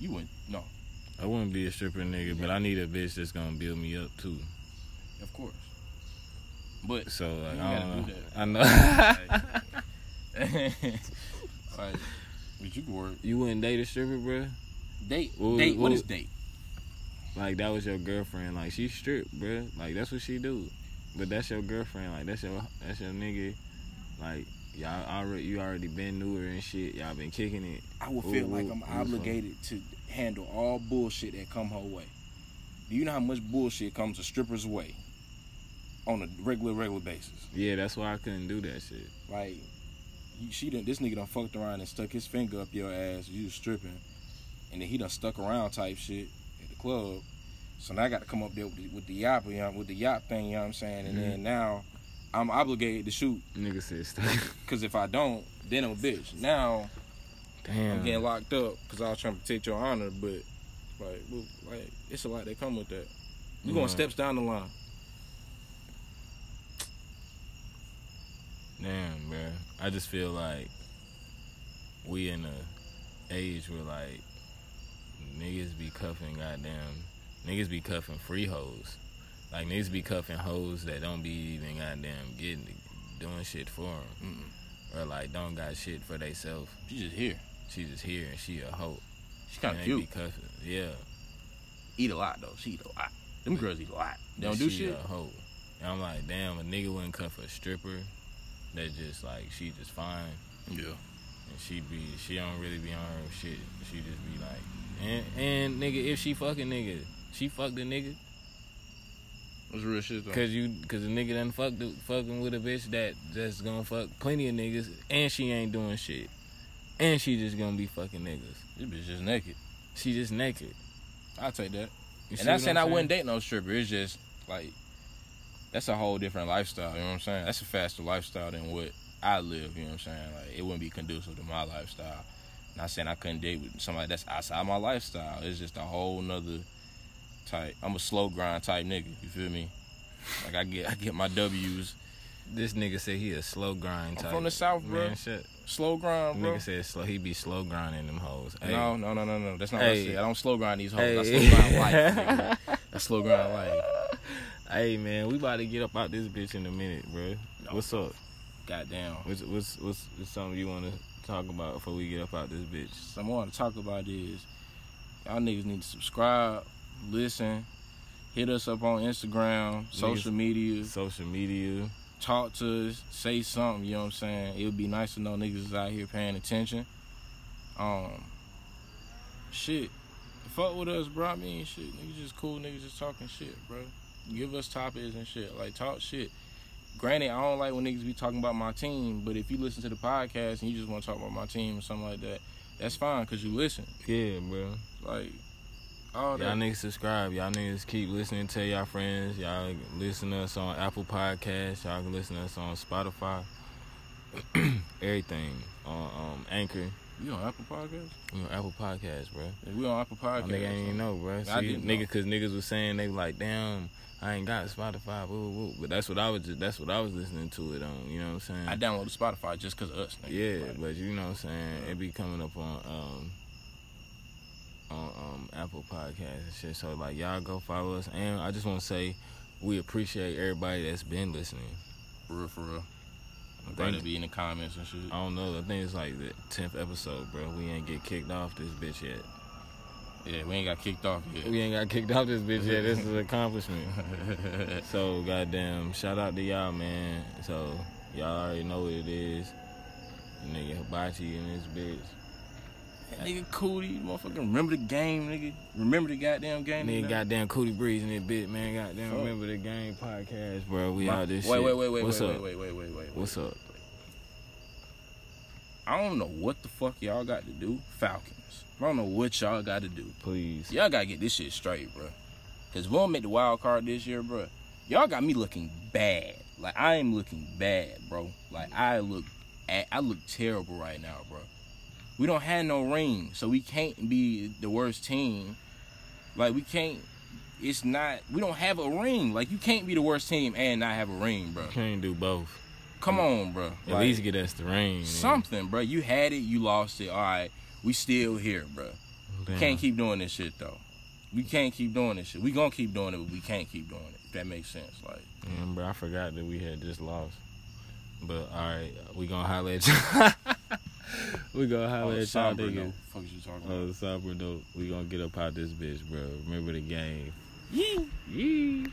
Speaker 2: You wouldn't. No,
Speaker 1: I wouldn't be a stripper nigga, but I need a bitch that's gonna build me up too.
Speaker 2: of course. But
Speaker 1: So like
Speaker 2: You
Speaker 1: I
Speaker 2: gotta
Speaker 1: don't
Speaker 2: do
Speaker 1: know. I know.
Speaker 2: like, like, but you could work.
Speaker 1: you wouldn't date a stripper, bro.
Speaker 2: Date.
Speaker 1: Ooh,
Speaker 2: date. What
Speaker 1: ooh.
Speaker 2: is date?
Speaker 1: Like that was your girlfriend. Like she stripped, bro. Like that's what she do. But that's your girlfriend. Like that's your that's your nigga. Like y'all already you already been newer and shit. Y'all been kicking it.
Speaker 2: I would
Speaker 1: Ooh,
Speaker 2: feel like
Speaker 1: ooh,
Speaker 2: I'm
Speaker 1: ooh,
Speaker 2: obligated to handle all bullshit that come her way. Do you know how much bullshit comes a stripper's way on a regular, regular basis?
Speaker 1: Yeah, that's why I couldn't do that shit.
Speaker 2: Like, you- she done, this nigga done fucked around and stuck his finger up your ass. You was stripping, and then he done stuck around type shit at the club. So now I got to come up there with the, with the yacht, you know, with the yacht thing. You know what I'm saying? And
Speaker 1: Mm-hmm.
Speaker 2: then now I'm obligated to shoot
Speaker 1: Nigga said stop.
Speaker 2: because if I don't, then I'm a bitch. Now I'm
Speaker 1: Damn.
Speaker 2: getting locked up because I was trying to protect your honor, but like, well, like it's a lot that come with that. We going
Speaker 1: Mhm.
Speaker 2: steps down the line.
Speaker 1: Damn, bro. I just feel like we in a age where like niggas be cuffing goddamn niggas be cuffing free hoes. Like niggas be cuffing hoes that don't be even goddamn getting doing shit for them, or like don't got shit for theyself.
Speaker 2: She's just here.
Speaker 1: She just here and she a hoe.
Speaker 2: She's kind
Speaker 1: And
Speaker 2: of
Speaker 1: they
Speaker 2: cute.
Speaker 1: Be cuffing. Yeah,
Speaker 2: eat a lot though. She eat a lot. Them girls eat a lot. They uh,
Speaker 1: but
Speaker 2: don't do
Speaker 1: she
Speaker 2: shit.
Speaker 1: A hoe. And I'm like, damn, a nigga wouldn't cuff a stripper. That just like she just fine.
Speaker 2: Yeah.
Speaker 1: and she be she don't really be on her shit. She just be like, and and nigga, if she fucking nigga, she fuck the nigga,
Speaker 2: That's real shit though.
Speaker 1: cause you cause the nigga done fuck the, fucking with a bitch that that's gonna fuck plenty of niggas, and she ain't doing shit, and she just gonna be fucking niggas.
Speaker 2: This bitch just naked.
Speaker 1: She just naked.
Speaker 2: I take that.
Speaker 1: You see
Speaker 2: and not
Speaker 1: what
Speaker 2: saying
Speaker 1: I'm
Speaker 2: I wouldn't date no stripper. It's just like that's a whole different lifestyle. You know what I'm saying? That's a faster lifestyle than what I live. You know what I'm saying? Like it wouldn't be conducive to my lifestyle. Not saying I couldn't date with somebody that's outside my lifestyle. It's just a whole nother type. I'm a slow grind type nigga. You feel me? Like I get I get my W's.
Speaker 1: This nigga said he a slow grind
Speaker 2: I'm
Speaker 1: type.
Speaker 2: from the South, bro.
Speaker 1: Man, shut.
Speaker 2: Slow grind, bro.
Speaker 1: Nigga said slow. He be slow grinding them hoes. Hey,
Speaker 2: No, no, no, no, no. That's not what I
Speaker 1: Hey.
Speaker 2: said. I don't slow grind these hoes. I
Speaker 1: Hey.
Speaker 2: slow grind life. nigga. I slow grind life.
Speaker 1: hey, man, we about to get up out this bitch in a minute, bro.
Speaker 2: No.
Speaker 1: What's up?
Speaker 2: Goddamn.
Speaker 1: What's what's what's, what's something you want to talk about before we get up out this bitch?
Speaker 2: Something I want to talk about is y'all niggas need to subscribe, listen, hit us up on Instagram, social media,
Speaker 1: Social media.
Speaker 2: talk to us, say something, you know what I'm saying? It would be nice to know niggas is out here paying attention. Um shit. Fuck with us, bro. I mean shit. Niggas just cool niggas just talking shit, bro. Give us topics and shit. Like talk shit. Granted, I don't like when niggas be talking about my team, but if you listen to the podcast and you just want to talk about my team or something like that, that's fine because you listen.
Speaker 1: Yeah, bro.
Speaker 2: Like all
Speaker 1: y'all
Speaker 2: Oh, that.
Speaker 1: niggas subscribe. Y'all niggas keep listening. Tell y'all friends. Y'all listen to us on Apple Podcasts. Y'all can listen to us on Spotify. Everything on um, Anchor.
Speaker 2: you on Apple Podcast?
Speaker 1: You know, Apple Podcasts, bro.
Speaker 2: Yeah, we on Apple
Speaker 1: My
Speaker 2: Podcast.
Speaker 1: nigga ain't even know, bro. See,
Speaker 2: I didn't know.
Speaker 1: nigga, cause niggas was saying they like, damn, I ain't got Spotify. Woo, woo. But that's what I was. Just, that's what I was listening to it on. You know what I'm saying?
Speaker 2: I downloaded Spotify just because of us, nigga.
Speaker 1: Yeah,
Speaker 2: Like,
Speaker 1: but you know what I'm saying. It be coming up on um on um Apple Podcasts and shit. So like y'all go follow us. And I just want to say we appreciate everybody that's been listening.
Speaker 2: for real, for real. I'm
Speaker 1: Thank
Speaker 2: glad to be in the comments and shit.
Speaker 1: I don't know. I think it's like the tenth episode, bro. We ain't get kicked off this bitch yet.
Speaker 2: Yeah, we ain't got kicked off yet.
Speaker 1: We ain't got kicked off this bitch yet. This is an accomplishment. so goddamn, shout out to y'all, man. So y'all already know what it is. Nigga hibachi in this bitch.
Speaker 2: That nigga Cootie, motherfucking remember the game, nigga. Remember the goddamn game.
Speaker 1: Nigga,
Speaker 2: nigga?
Speaker 1: goddamn Cootie Breeze in that bit, man. Goddamn,
Speaker 2: Fuck.
Speaker 1: remember the game podcast, bro. We
Speaker 2: My-
Speaker 1: out this
Speaker 2: wait,
Speaker 1: shit.
Speaker 2: Wait, wait, wait,
Speaker 1: What's
Speaker 2: wait,
Speaker 1: up?
Speaker 2: wait, wait, wait, wait, wait.
Speaker 1: What's up?
Speaker 2: I don't know what the fuck y'all got to do, Falcons. I don't know what y'all got to do.
Speaker 1: Please.
Speaker 2: Y'all gotta get this shit straight, bro. Cause we don't make the wild card this year, bro. Y'all got me looking bad. Like I am looking bad, bro. Like I look, at, I look terrible right now, bro. We don't have no ring, so we can't be the worst team. Like we can't. It's not. We don't have a ring. Like you can't be the worst team and not have a ring, bro.
Speaker 1: Can't do both.
Speaker 2: Come on, bro.
Speaker 1: At least get us the ring.
Speaker 2: something, bro. You had it, you lost it. All right, we still here, bro. Can't keep doing this shit though. We can't keep doing this shit. We gonna keep doing it, but we can't keep doing it. If that makes sense, like
Speaker 1: Damn, bro, I forgot that we had just lost. But all right, we gonna holler at you. we gonna holler at
Speaker 2: oh,
Speaker 1: y'all
Speaker 2: somber, no.
Speaker 1: niggas.
Speaker 2: fuck is you talking
Speaker 1: Uh,
Speaker 2: about?
Speaker 1: Oh, sober dope. We gonna get up out this bitch, bro. Remember the game.
Speaker 2: Yee.
Speaker 1: Yee.